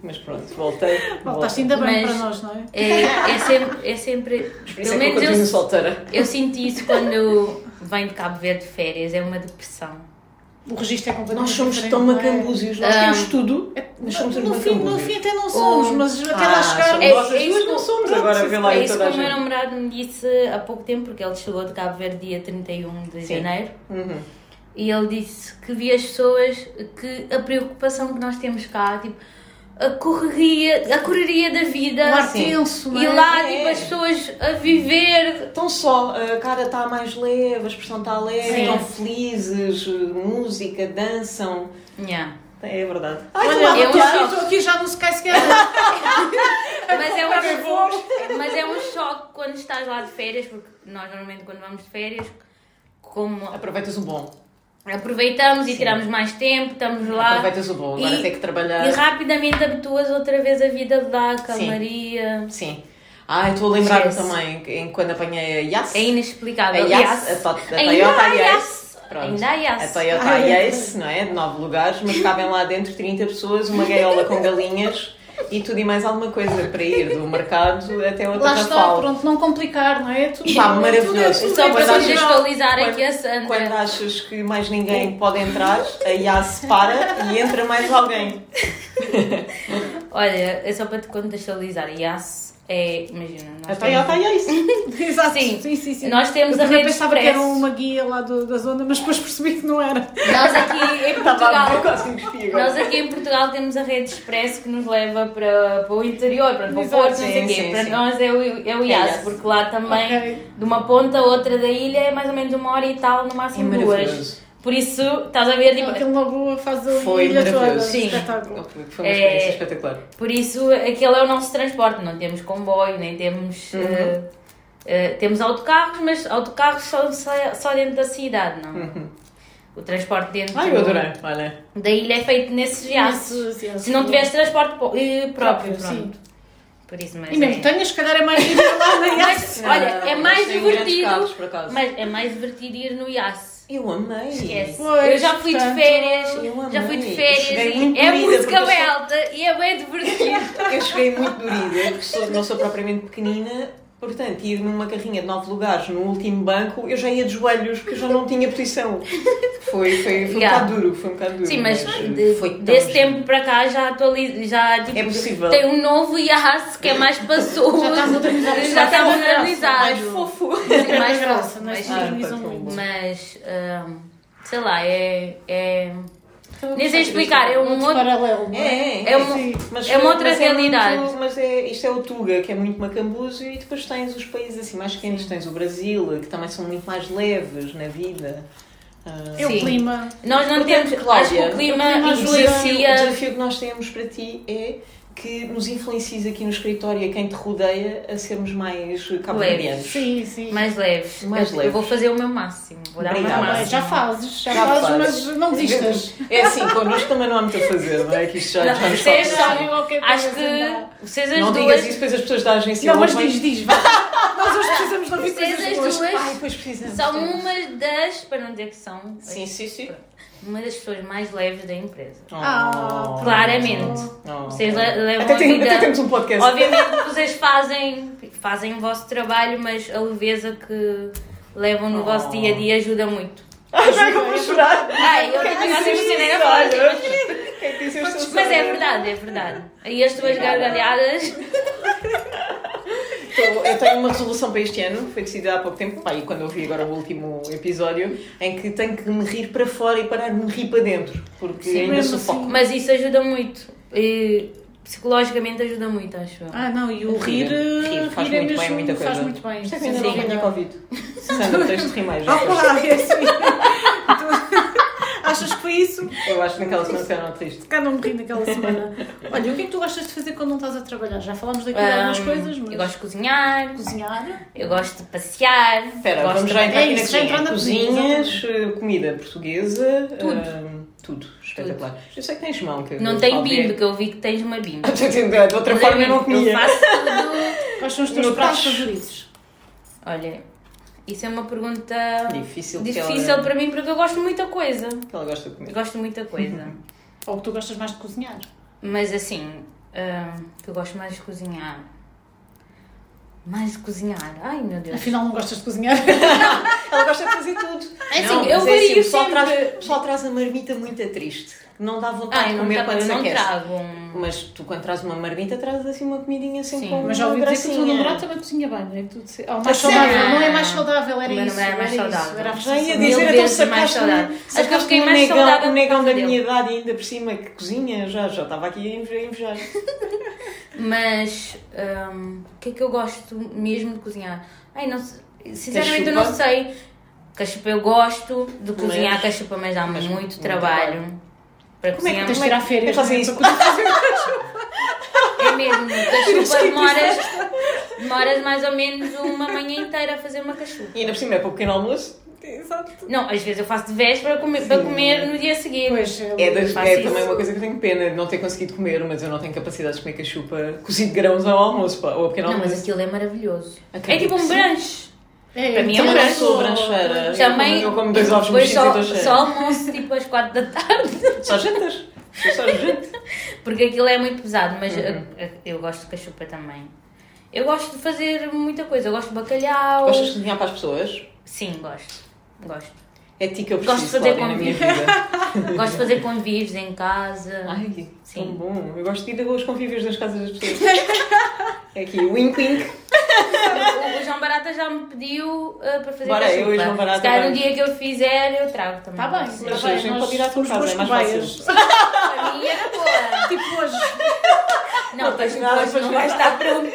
Speaker 3: Mas pronto, voltei.
Speaker 1: Voltaste ainda bem
Speaker 2: Mas-
Speaker 1: para nós, não é?
Speaker 2: É, é sempre, é sempre-
Speaker 3: Por isso
Speaker 2: Pelo
Speaker 3: é que eu
Speaker 2: menos
Speaker 3: continuo
Speaker 2: eu,
Speaker 3: solteira.
Speaker 2: eu senti isso quando venho de Cabo Verde de férias, é uma depressão.
Speaker 1: O registro é completamente
Speaker 3: Nós somos
Speaker 1: diferente,
Speaker 3: tão
Speaker 1: não é?
Speaker 3: macambúzios, nós
Speaker 2: Ah.
Speaker 3: temos tudo. Nós
Speaker 1: No,
Speaker 3: somos os
Speaker 1: no fim, no
Speaker 3: macambúzios.
Speaker 1: fim até não
Speaker 2: Oh.
Speaker 1: somos, mas até lá
Speaker 3: Ah,
Speaker 1: chegarmos.
Speaker 3: somos nós
Speaker 2: É-
Speaker 3: as
Speaker 2: é
Speaker 3: duas
Speaker 2: isso-
Speaker 3: não somos.
Speaker 1: pronto,
Speaker 3: Agora vê lá
Speaker 2: é
Speaker 3: em
Speaker 2: isso que
Speaker 3: toda a
Speaker 2: o meu
Speaker 3: gente.
Speaker 2: namorado me disse há pouco tempo, porque ele chegou de Cabo Verde dia 31 de
Speaker 3: Sim.
Speaker 2: janeiro.
Speaker 3: Uhum.
Speaker 2: E ele disse que via as pessoas que a preocupação que nós temos cá, tipo, a correria, a correria da
Speaker 1: O
Speaker 2: vida. assim,
Speaker 1: ar
Speaker 3: Sim.
Speaker 1: tenso, não é?
Speaker 2: E lá,
Speaker 3: É.
Speaker 2: tipo, as pessoas a viver.
Speaker 3: Estão Então só, a cara está mais leve, a expressão está leve,
Speaker 2: Sim.
Speaker 3: estão felizes, música, dançam.
Speaker 2: Yeah.
Speaker 3: É verdade.
Speaker 1: Olha,
Speaker 2: eu
Speaker 1: eu
Speaker 2: acho-
Speaker 1: estou aqui já no Sky Scanner.
Speaker 2: Mas, é um, mas é um choque quando estás lá de férias, porque nós normalmente quando vamos de férias, como
Speaker 3: Aproveitas o bom.
Speaker 2: aproveitamos e tiramos mais tempo, estamos lá.
Speaker 3: Aproveitas o bom. Agora
Speaker 2: E-
Speaker 3: tem que trabalhar.
Speaker 2: E rapidamente habituas outra vez a vida lá, a calmaria.
Speaker 3: Sim. Ah, eu estou a lembrar-me
Speaker 2: Yes.
Speaker 3: também em, quando apanhei a Yas.
Speaker 2: É
Speaker 3: a
Speaker 2: inexplicável.
Speaker 3: Yas,
Speaker 2: Yes.
Speaker 3: a, to- a
Speaker 2: Ainda
Speaker 3: Toyota
Speaker 2: há
Speaker 3: Yas.
Speaker 2: yes.
Speaker 3: Pronto.
Speaker 2: Ainda há yes.
Speaker 3: A Toyota
Speaker 1: Ai,
Speaker 3: Ai, Yace, não é? De nove lugares, mas cabem lá dentro 30 pessoas, uma gaiola com galinhas e tudo e mais alguma coisa para ir do mercado até outra
Speaker 1: Lá está,
Speaker 3: Rafal.
Speaker 1: pronto, não complicar, não é? Tudo,
Speaker 3: Pá,
Speaker 1: tudo é-
Speaker 3: maravilhoso.
Speaker 1: tudo é-
Speaker 2: Só
Speaker 1: tudo é
Speaker 2: para
Speaker 1: possível.
Speaker 2: contextualizar aqui a
Speaker 3: Quando, quando
Speaker 2: Sandra.
Speaker 3: achas que mais ninguém pode entrar, a Yas para e entra mais alguém.
Speaker 2: Olha, é só para te contextualizar. Yes é, imagina,
Speaker 3: A
Speaker 2: nós
Speaker 3: Toyota
Speaker 2: temos,
Speaker 3: Yace.
Speaker 1: Exato,
Speaker 2: Sim.
Speaker 1: sim, sim, sim.
Speaker 2: nós temos
Speaker 1: Eu
Speaker 2: a
Speaker 1: primeiro
Speaker 2: rede
Speaker 1: pensava que era
Speaker 2: expresso.
Speaker 1: uma guia lá do- da zona, mas depois percebi que não era.
Speaker 2: Nós aqui em
Speaker 3: Tá Estava a
Speaker 2: Portugal.
Speaker 3: quase investir agora.
Speaker 2: Nós aqui em Portugal temos a rede expresso que nos leva para, para o interior, para, para o
Speaker 1: Exato.
Speaker 2: Porto, não sei
Speaker 3: Sim,
Speaker 2: o quê.
Speaker 3: sim,
Speaker 2: Para
Speaker 3: sim.
Speaker 2: nós é o, é o
Speaker 3: É
Speaker 2: IAS,
Speaker 3: Iaço.
Speaker 2: porque lá também,
Speaker 1: Ok.
Speaker 2: de uma ponta a outra da ilha, é mais ou menos uma hora e tal, no máximo
Speaker 3: É
Speaker 2: duas.
Speaker 3: maravilhoso.
Speaker 2: Por isso, estás a ver, tipo,
Speaker 1: Aquele logo faz a
Speaker 3: Foi
Speaker 1: ilha toda.
Speaker 3: maravilhoso.
Speaker 2: Sim.
Speaker 1: Espetáculo.
Speaker 3: Foi uma experiência
Speaker 2: É.
Speaker 3: espetacular.
Speaker 2: Por isso, aquele é o nosso transporte. Não temos comboio, nem temos.
Speaker 3: Uhum.
Speaker 2: eh, eh, temos autocarros, mas autocarros só, só- só dentro da cidade, não? O transporte dentro
Speaker 3: Hum. Ai, eu adorei. Tipo, Olha.
Speaker 2: da ilha é feito nesses
Speaker 1: Nesses
Speaker 2: riaços.
Speaker 1: riaços.
Speaker 2: Se não tivesse transporte po- eh, próprio,
Speaker 1: Próprio, sim.
Speaker 2: pronto. Por isso, mas.
Speaker 1: E mesmo
Speaker 2: é...
Speaker 1: tenhas, se calhar é mais difícil lá na
Speaker 2: Mas,
Speaker 1: IAS.
Speaker 2: olha, é mais
Speaker 3: Não, mas tem grandes
Speaker 2: divertido.
Speaker 3: carros, por acaso.
Speaker 2: Mas é mais divertido ir no IAS.
Speaker 3: Eu amei.
Speaker 2: Esquece.
Speaker 1: Pois,
Speaker 2: eu já fui
Speaker 1: portanto,
Speaker 2: de férias,
Speaker 3: eu
Speaker 2: já fui de
Speaker 3: amei.
Speaker 2: férias
Speaker 3: Cheguei
Speaker 2: e
Speaker 3: muito
Speaker 2: é
Speaker 3: doída,
Speaker 2: música
Speaker 3: porque eu
Speaker 2: bem
Speaker 3: sou-
Speaker 2: alta e é bem divertido.
Speaker 3: Eu cheguei muito dorida, eu que sou- não sou propriamente pequenina, portanto, ir numa carrinha de nove lugares no último banco, eu já ia de joelhos porque eu já não tinha posição. Foi, foi, foi
Speaker 2: Yeah.
Speaker 3: um bocado duro, foi um bocado duro.
Speaker 2: Sim, mas
Speaker 3: eh,
Speaker 2: de-
Speaker 3: foi tão
Speaker 2: desse
Speaker 3: giro.
Speaker 2: tempo para cá já atualizo, já tipo,
Speaker 3: É possível.
Speaker 2: tem um novo IAS que é mais passoso,
Speaker 1: Já está modernizado.
Speaker 2: já tá está
Speaker 1: Mais
Speaker 2: modernizado.
Speaker 3: mais fofo.
Speaker 2: Sim, mais
Speaker 1: graça,
Speaker 2: fofo,
Speaker 1: não é?
Speaker 2: mais
Speaker 1: Se
Speaker 3: Ah,
Speaker 1: organizam
Speaker 3: tá bom.
Speaker 1: muito.
Speaker 2: Mas, hum, sei lá, é, é,
Speaker 1: Então,
Speaker 2: Nem sei explicar, é um
Speaker 1: outro
Speaker 2: outro-
Speaker 1: paralelo. não
Speaker 3: É,
Speaker 1: é?
Speaker 3: é,
Speaker 2: É uma-
Speaker 3: sim. Mas-
Speaker 2: é uma outra
Speaker 3: mas
Speaker 2: realidade.
Speaker 3: É muito- mas é, isto é o Tuga, que é muito macambúzio, e depois tens os países assim mais quentes, tens o Brasil, que também são muito mais leves na vida. Ah,
Speaker 1: É o
Speaker 2: Sim.
Speaker 1: clima.
Speaker 2: nós não
Speaker 3: Portanto,
Speaker 2: temos,
Speaker 3: Cláudia,
Speaker 2: acho que o clima
Speaker 1: o clima
Speaker 3: O desafio, o
Speaker 2: influencia,
Speaker 3: desafio que nós temos para ti é que nos influencias aqui no escritório e a quem te rodeia a sermos mais
Speaker 2: Leves.
Speaker 3: cabo-verdianos.
Speaker 1: Sim, sim.
Speaker 2: Mais leves.
Speaker 3: Mais
Speaker 2: eu,
Speaker 3: leves.
Speaker 2: eu vou fazer o meu máximo. Vou dar o
Speaker 3: Obrigada.
Speaker 2: meu
Speaker 1: Ah,
Speaker 2: máximo.
Speaker 1: já fazes, já,
Speaker 3: Já
Speaker 1: fazes,
Speaker 3: fazes.
Speaker 1: mas não desistas.
Speaker 3: É assim, connosco também não há muito a fazer, não é? Que isto já,
Speaker 2: Não,
Speaker 3: já nos
Speaker 2: isso é
Speaker 3: toca.
Speaker 2: verdade.
Speaker 1: Sabem qualquer coisa,
Speaker 2: Acho
Speaker 1: não.
Speaker 2: que vocês as
Speaker 3: Não digas isso,
Speaker 2: duas.
Speaker 3: depois as pessoas da agência
Speaker 1: Não, mas
Speaker 3: ouvem.
Speaker 1: diz, diz, vá. Nós hoje precisamos de ouvir
Speaker 2: Vocês
Speaker 1: coisas
Speaker 2: as
Speaker 1: boas.
Speaker 2: duas
Speaker 3: Ai, depois precisamos.
Speaker 2: são umas das, para não dizer que são,
Speaker 3: Sim, sim, sim.
Speaker 2: uma das pessoas mais leves da empresa.
Speaker 1: Ah,
Speaker 2: Oh. Claramente.
Speaker 3: Oh.
Speaker 2: Vocês le- levam
Speaker 3: Até,
Speaker 2: a
Speaker 3: tem-
Speaker 2: vida-
Speaker 3: até temos um podcast.
Speaker 2: Obviamente que vocês fazem, fazem o vosso trabalho, mas a leveza que levam no vosso
Speaker 3: Oh.
Speaker 2: dia a dia ajuda muito.
Speaker 3: Ai, já que eu vou chorar.
Speaker 2: Ai, eu assim também já
Speaker 3: Sim,
Speaker 2: emocionei na
Speaker 3: olha.
Speaker 2: voz.
Speaker 3: Quem disse eu sou
Speaker 2: Mas é
Speaker 3: só-
Speaker 2: verdade, é verdade. E as tuas gargalhadas.
Speaker 3: Então, Eu tenho uma resolução para este ano, foi decidida há pouco tempo, pá, e quando eu vi agora o último episódio, em que tenho que me rir para fora e parar de me rir para dentro, porque
Speaker 2: Sim, assim,
Speaker 3: ainda
Speaker 1: mesmo
Speaker 3: sufoco.
Speaker 2: Mas isso ajuda muito. E psicologicamente ajuda muito, acho eu.
Speaker 1: Ah, não, e o
Speaker 3: Rir.
Speaker 1: rir,
Speaker 3: Rir
Speaker 1: rir,
Speaker 3: faz
Speaker 1: é
Speaker 3: muito bem,
Speaker 1: mesmo,
Speaker 3: muita
Speaker 1: faz
Speaker 3: coisa.
Speaker 1: muito bem.
Speaker 3: Isto é que
Speaker 1: Sim,
Speaker 3: ainda não
Speaker 1: sim.
Speaker 3: apanha Covid. Sandra, tens de rir mais.
Speaker 1: Ah,
Speaker 3: eu
Speaker 1: pá, é assim. Tu- Achas que foi isso?
Speaker 3: acho. Eu acho que naquela semana ficaram tristes.
Speaker 1: Cá não me ri naquela semana. Olha, o que é que tu gostas de fazer quando não estás a trabalhar? Já falámos daqui de algumas
Speaker 2: Ahm,
Speaker 1: coisas, mas...
Speaker 2: Hum, Eu gosto de cozinhar,
Speaker 1: cozinhar.
Speaker 2: eu gosto de passear.
Speaker 3: Espera,
Speaker 2: gosto
Speaker 3: vamos
Speaker 2: de-
Speaker 3: já entrar
Speaker 1: É
Speaker 3: aqui
Speaker 1: isso, já
Speaker 3: na
Speaker 1: entrar
Speaker 3: cozinha.
Speaker 1: na cozinha,
Speaker 3: Cozinhas, eh, comida portuguesa.
Speaker 2: Tudo.
Speaker 3: ahm, tudo, espetacular. Eu sei que tens mão. Que
Speaker 2: Não tenho
Speaker 3: alguém-
Speaker 2: bimbo, que eu vi que tens uma bimbo.
Speaker 3: De outra forma eu não comia.
Speaker 2: faço tudo.
Speaker 1: Quais são os teus
Speaker 3: No
Speaker 1: pratos
Speaker 3: tacho.
Speaker 1: favoritos?
Speaker 2: Olha, isso é uma pergunta
Speaker 3: Difícil, porque ela- é-
Speaker 2: difícil para mim porque eu gosto de muita coisa.
Speaker 3: que ela gosta de
Speaker 2: Eu
Speaker 3: comer.
Speaker 2: gosto de muita coisa.
Speaker 1: Ou que tu gostas mais de cozinhar?
Speaker 2: Mas assim, ah, que eu gosto mais de cozinhar. Mais de cozinhar. Ai meu Deus.
Speaker 1: Afinal, não gostas de cozinhar?
Speaker 3: Ela gosta de fazer tudo.
Speaker 2: É assim,
Speaker 3: Não,
Speaker 2: eu
Speaker 3: mas é
Speaker 2: vario
Speaker 3: o pessoal
Speaker 2: sempre.
Speaker 3: Traz, o pessoal traz a marmita muito triste. que Não dá vontade
Speaker 2: Ai,
Speaker 3: de
Speaker 2: Ah, não,
Speaker 3: comer
Speaker 2: tra
Speaker 3: quando se
Speaker 2: não
Speaker 3: aquece.
Speaker 2: trago. um-
Speaker 3: Mas tu quando traz uma marmita, traz assim uma comidinha sempre
Speaker 2: Sim,
Speaker 3: com
Speaker 1: Mas já ouvi dizer que o teu
Speaker 3: gracinha.
Speaker 1: namorado também cozinha bem, não é? Tudo... se- Ou mais
Speaker 3: A sério?
Speaker 1: saudável. Não é mais saudável,
Speaker 2: O
Speaker 1: era
Speaker 2: meu
Speaker 1: isso.
Speaker 2: namorado é mais
Speaker 1: era isso,
Speaker 2: saudável.
Speaker 1: Era a
Speaker 3: Já ia
Speaker 1: refeição.
Speaker 2: Mil
Speaker 3: dizer, então
Speaker 2: vezes mais
Speaker 3: sacaste-me
Speaker 2: saudável. Acho que eu
Speaker 3: sacaste-me
Speaker 2: fiquei
Speaker 3: um
Speaker 2: mais
Speaker 3: negão,
Speaker 2: saudável
Speaker 3: um negão
Speaker 2: por causa
Speaker 3: da minha idade ainda por cima que cozinha, já, já estava aqui a invejar. a invejar.
Speaker 2: Mas hum, o que é que eu gosto mesmo de cozinhar? Ai, não sei. Sinceramente eu
Speaker 3: Cachupa?
Speaker 2: não sei. Cachupa eu gosto de cozinhar
Speaker 3: Mas-
Speaker 2: cachupa, mas dá
Speaker 3: mas
Speaker 2: muito,
Speaker 3: muito
Speaker 2: trabalho. Para
Speaker 3: Como é que
Speaker 2: cozinhar
Speaker 1: Tens de tirar férias.
Speaker 3: Mas fazem
Speaker 1: não é?
Speaker 3: isso.
Speaker 1: Para cozinhar.
Speaker 2: é mesmo. Cachupa demoras, demoras mais ou menos uma manhã inteira a fazer uma cachupa.
Speaker 3: E ainda por cima é para o pequeno almoço. Exato.
Speaker 2: Não, às vezes eu faço de véspera comer- para
Speaker 3: Sim.
Speaker 2: comer no dia seguinte.
Speaker 1: Pois, eu-
Speaker 3: É, das,
Speaker 2: Faço
Speaker 3: é
Speaker 2: isso.
Speaker 3: também uma coisa que eu tenho pena de não ter conseguido comer, mas eu não tenho capacidade de comer cachupa cozido de grãos ao almoço, pá, ou ao pequeno
Speaker 2: Não, mas
Speaker 3: almoço.
Speaker 2: aquilo é maravilhoso.
Speaker 3: Ok.
Speaker 2: É tipo um brunch.
Speaker 1: É,
Speaker 2: Para mim é
Speaker 1: também
Speaker 2: um
Speaker 1: não
Speaker 2: branco.
Speaker 1: sou-
Speaker 3: Brancheira. Eu
Speaker 2: Também.
Speaker 3: como- eu como dois ovos
Speaker 2: depois
Speaker 3: mexidos e
Speaker 2: só,
Speaker 3: dois cheiros.
Speaker 2: só almoço tipo às quatro da tarde.
Speaker 3: Só jantas. Eu Só jantas.
Speaker 2: Porque aquilo é muito pesado, mas
Speaker 3: Uhum.
Speaker 2: a- a- eu gosto de cachupa também. Eu gosto de fazer muita coisa. Eu gosto de bacalhau.
Speaker 3: Gostas de cozinhar para as pessoas?
Speaker 2: Sim, gosto. Gosto.
Speaker 3: É de ti que eu
Speaker 2: Gosto
Speaker 3: preciso
Speaker 2: de fazer
Speaker 3: Cláudia, na minha
Speaker 2: convite.
Speaker 3: vida.
Speaker 2: Gosto de fazer convívios em casa.
Speaker 3: Ai,
Speaker 2: Sim.
Speaker 3: tão bom. Eu gosto de ir aos convívios das casas das pessoas. É aqui, wink wink.
Speaker 2: O, o João Barata já me pediu uh, para fazer
Speaker 3: Bora,
Speaker 2: cachupa.
Speaker 3: eu e o João Barata
Speaker 2: Se calhar um
Speaker 3: vamos.
Speaker 2: dia que eu fizer, eu trago também.
Speaker 1: Está bem,
Speaker 2: Sim.
Speaker 1: está
Speaker 3: Mas
Speaker 1: bem.
Speaker 3: a gente
Speaker 1: nós
Speaker 3: pode ir à tua
Speaker 1: somos
Speaker 3: casa,
Speaker 1: boas
Speaker 3: é mais fácil.
Speaker 1: cobaias.
Speaker 2: Para mim era boa.
Speaker 1: Tipo hoje.
Speaker 2: Não,
Speaker 3: Não
Speaker 2: mas
Speaker 3: tens nada
Speaker 2: depois
Speaker 3: para
Speaker 2: não
Speaker 3: jogar.
Speaker 2: vai estar pronto.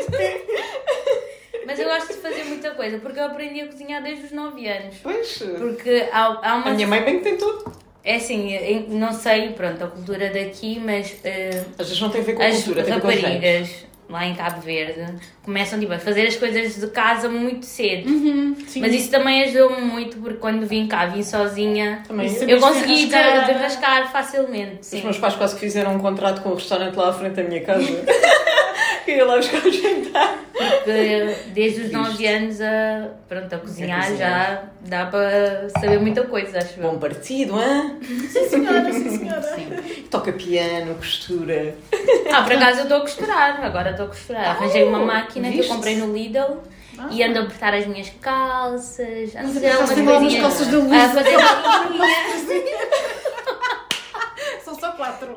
Speaker 2: Mas eu gosto de fazer muita coisa, porque eu aprendi a cozinhar desde os 9 anos.
Speaker 3: Pois.
Speaker 2: Porque há, há
Speaker 3: A
Speaker 2: uma.
Speaker 3: minha mãe bem que tem tudo.
Speaker 2: É assim, em- não sei, pronto, a cultura daqui, mas eh,
Speaker 3: Às vezes não tem a ver com a
Speaker 2: as
Speaker 3: cultura, tem a ver com os jeitos.
Speaker 2: raparigas lá em Cabo Verde começam tipo, a fazer as coisas de casa muito cedo.
Speaker 3: Uhum.
Speaker 2: Mas isso também ajudou-me muito, porque quando vim cá, vim sozinha.
Speaker 3: Também.
Speaker 1: Isso Sabias
Speaker 2: Eu consegui
Speaker 1: desenrascar.
Speaker 2: desrascar facilmente.
Speaker 3: Os
Speaker 2: Sim.
Speaker 3: meus pais quase que fizeram um contrato com o restaurante lá à frente da minha casa. Que eu ia lá buscar o jantar.
Speaker 2: que desde os 9 anos a, pronto, a cozinhar
Speaker 3: é cozinhar.
Speaker 2: já dá para saber muita coisa, acho
Speaker 3: Bom
Speaker 2: eu.
Speaker 3: partido, hã?
Speaker 1: Sim, senhora, sim, senhora.
Speaker 3: Toca piano, costura.
Speaker 2: Ah, por acaso eu estou a costurar, agora estou a costurar. Arranjei
Speaker 1: Oh,
Speaker 2: uma máquina que
Speaker 3: viste?
Speaker 2: eu comprei no Lidl
Speaker 1: Ah.
Speaker 2: e ando a apertar as minhas calças, ando a fazer
Speaker 1: Já
Speaker 2: algumas
Speaker 1: sei lá umas
Speaker 2: coisinhas.
Speaker 1: calças do Luís.
Speaker 2: A fazer roupinha.
Speaker 1: São só quatro.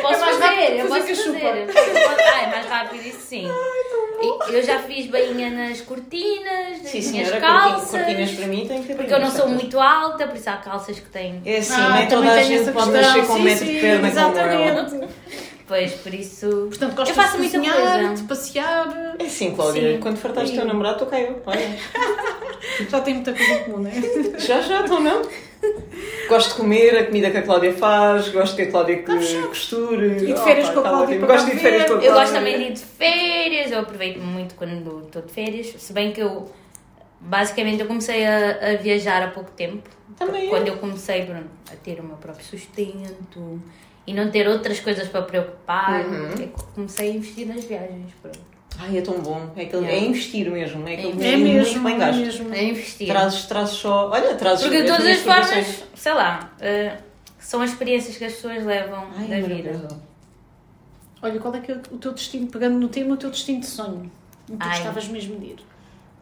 Speaker 2: Posso
Speaker 1: É mais
Speaker 2: fazer,
Speaker 1: rápido
Speaker 2: eu posso
Speaker 1: fazer que a
Speaker 2: fazer. Ah, é mais rápido isso sim. E Eu já fiz bainha nas cortinas, nas
Speaker 3: Sim,
Speaker 2: minhas
Speaker 3: senhora,
Speaker 2: calças.
Speaker 3: cortinas, cortinas para mim tem que ter
Speaker 2: Porque eu não
Speaker 3: bem
Speaker 2: sou
Speaker 3: certas.
Speaker 2: muito alta, por isso há calças que têm
Speaker 3: É assim,
Speaker 1: Ah,
Speaker 3: nem
Speaker 1: também
Speaker 3: toda a
Speaker 1: tenho
Speaker 3: gente
Speaker 1: essa
Speaker 3: pode
Speaker 1: questão.
Speaker 3: nascer com um
Speaker 1: Sim,
Speaker 3: metro de
Speaker 1: sim,
Speaker 3: perna como ela.
Speaker 1: Exatamente.
Speaker 2: Pois, por isso.
Speaker 1: Portanto, gostas
Speaker 2: eu faço
Speaker 1: de
Speaker 2: muita
Speaker 1: cozinhar,
Speaker 2: coisa.
Speaker 1: de passear.
Speaker 3: É assim, Cláudia,
Speaker 2: Sim.
Speaker 3: quando fartaste o teu namorado, tu caiu. Olha.
Speaker 1: Já tem muita coisa em comum, não é?
Speaker 3: Já, já, então não? Gosto de comer a comida que a Cláudia faz, gosto que a Cláudia que costure.
Speaker 1: E de férias
Speaker 3: Opa,
Speaker 1: com a
Speaker 3: tá
Speaker 1: Cláudia
Speaker 3: ótimo.
Speaker 1: para
Speaker 3: Gosto de ir de férias com a
Speaker 1: comer.
Speaker 3: Cláudia.
Speaker 2: Eu gosto também de ir de férias, eu aproveito muito quando estou de férias. Se bem que eu, basicamente, eu comecei a, a viajar há pouco tempo.
Speaker 3: Também eu.
Speaker 2: Quando eu comecei pronto, a ter o meu próprio sustento e não ter outras coisas para preocupar, é que comecei a investir nas viagens. Pronto.
Speaker 3: Ai, é tão bom. É, aquele, é.
Speaker 2: É.
Speaker 3: investir mesmo. É, aquele
Speaker 1: É
Speaker 3: muito
Speaker 1: mesmo,
Speaker 3: bem
Speaker 1: é
Speaker 3: gasto.
Speaker 1: mesmo.
Speaker 2: A investir.
Speaker 3: Trazes, trazes só. Olha, trazes
Speaker 2: Porque de todas as
Speaker 3: minhas produções.
Speaker 2: formas, sei lá, eh, são as experiências que as pessoas levam
Speaker 3: Ai,
Speaker 2: da vida.
Speaker 3: maravilhoso.
Speaker 1: Olha, qual é que é o teu destino, pegando no tema, o teu destino de sonho? Onde tu
Speaker 2: Ai.
Speaker 1: gostavas mesmo de ir?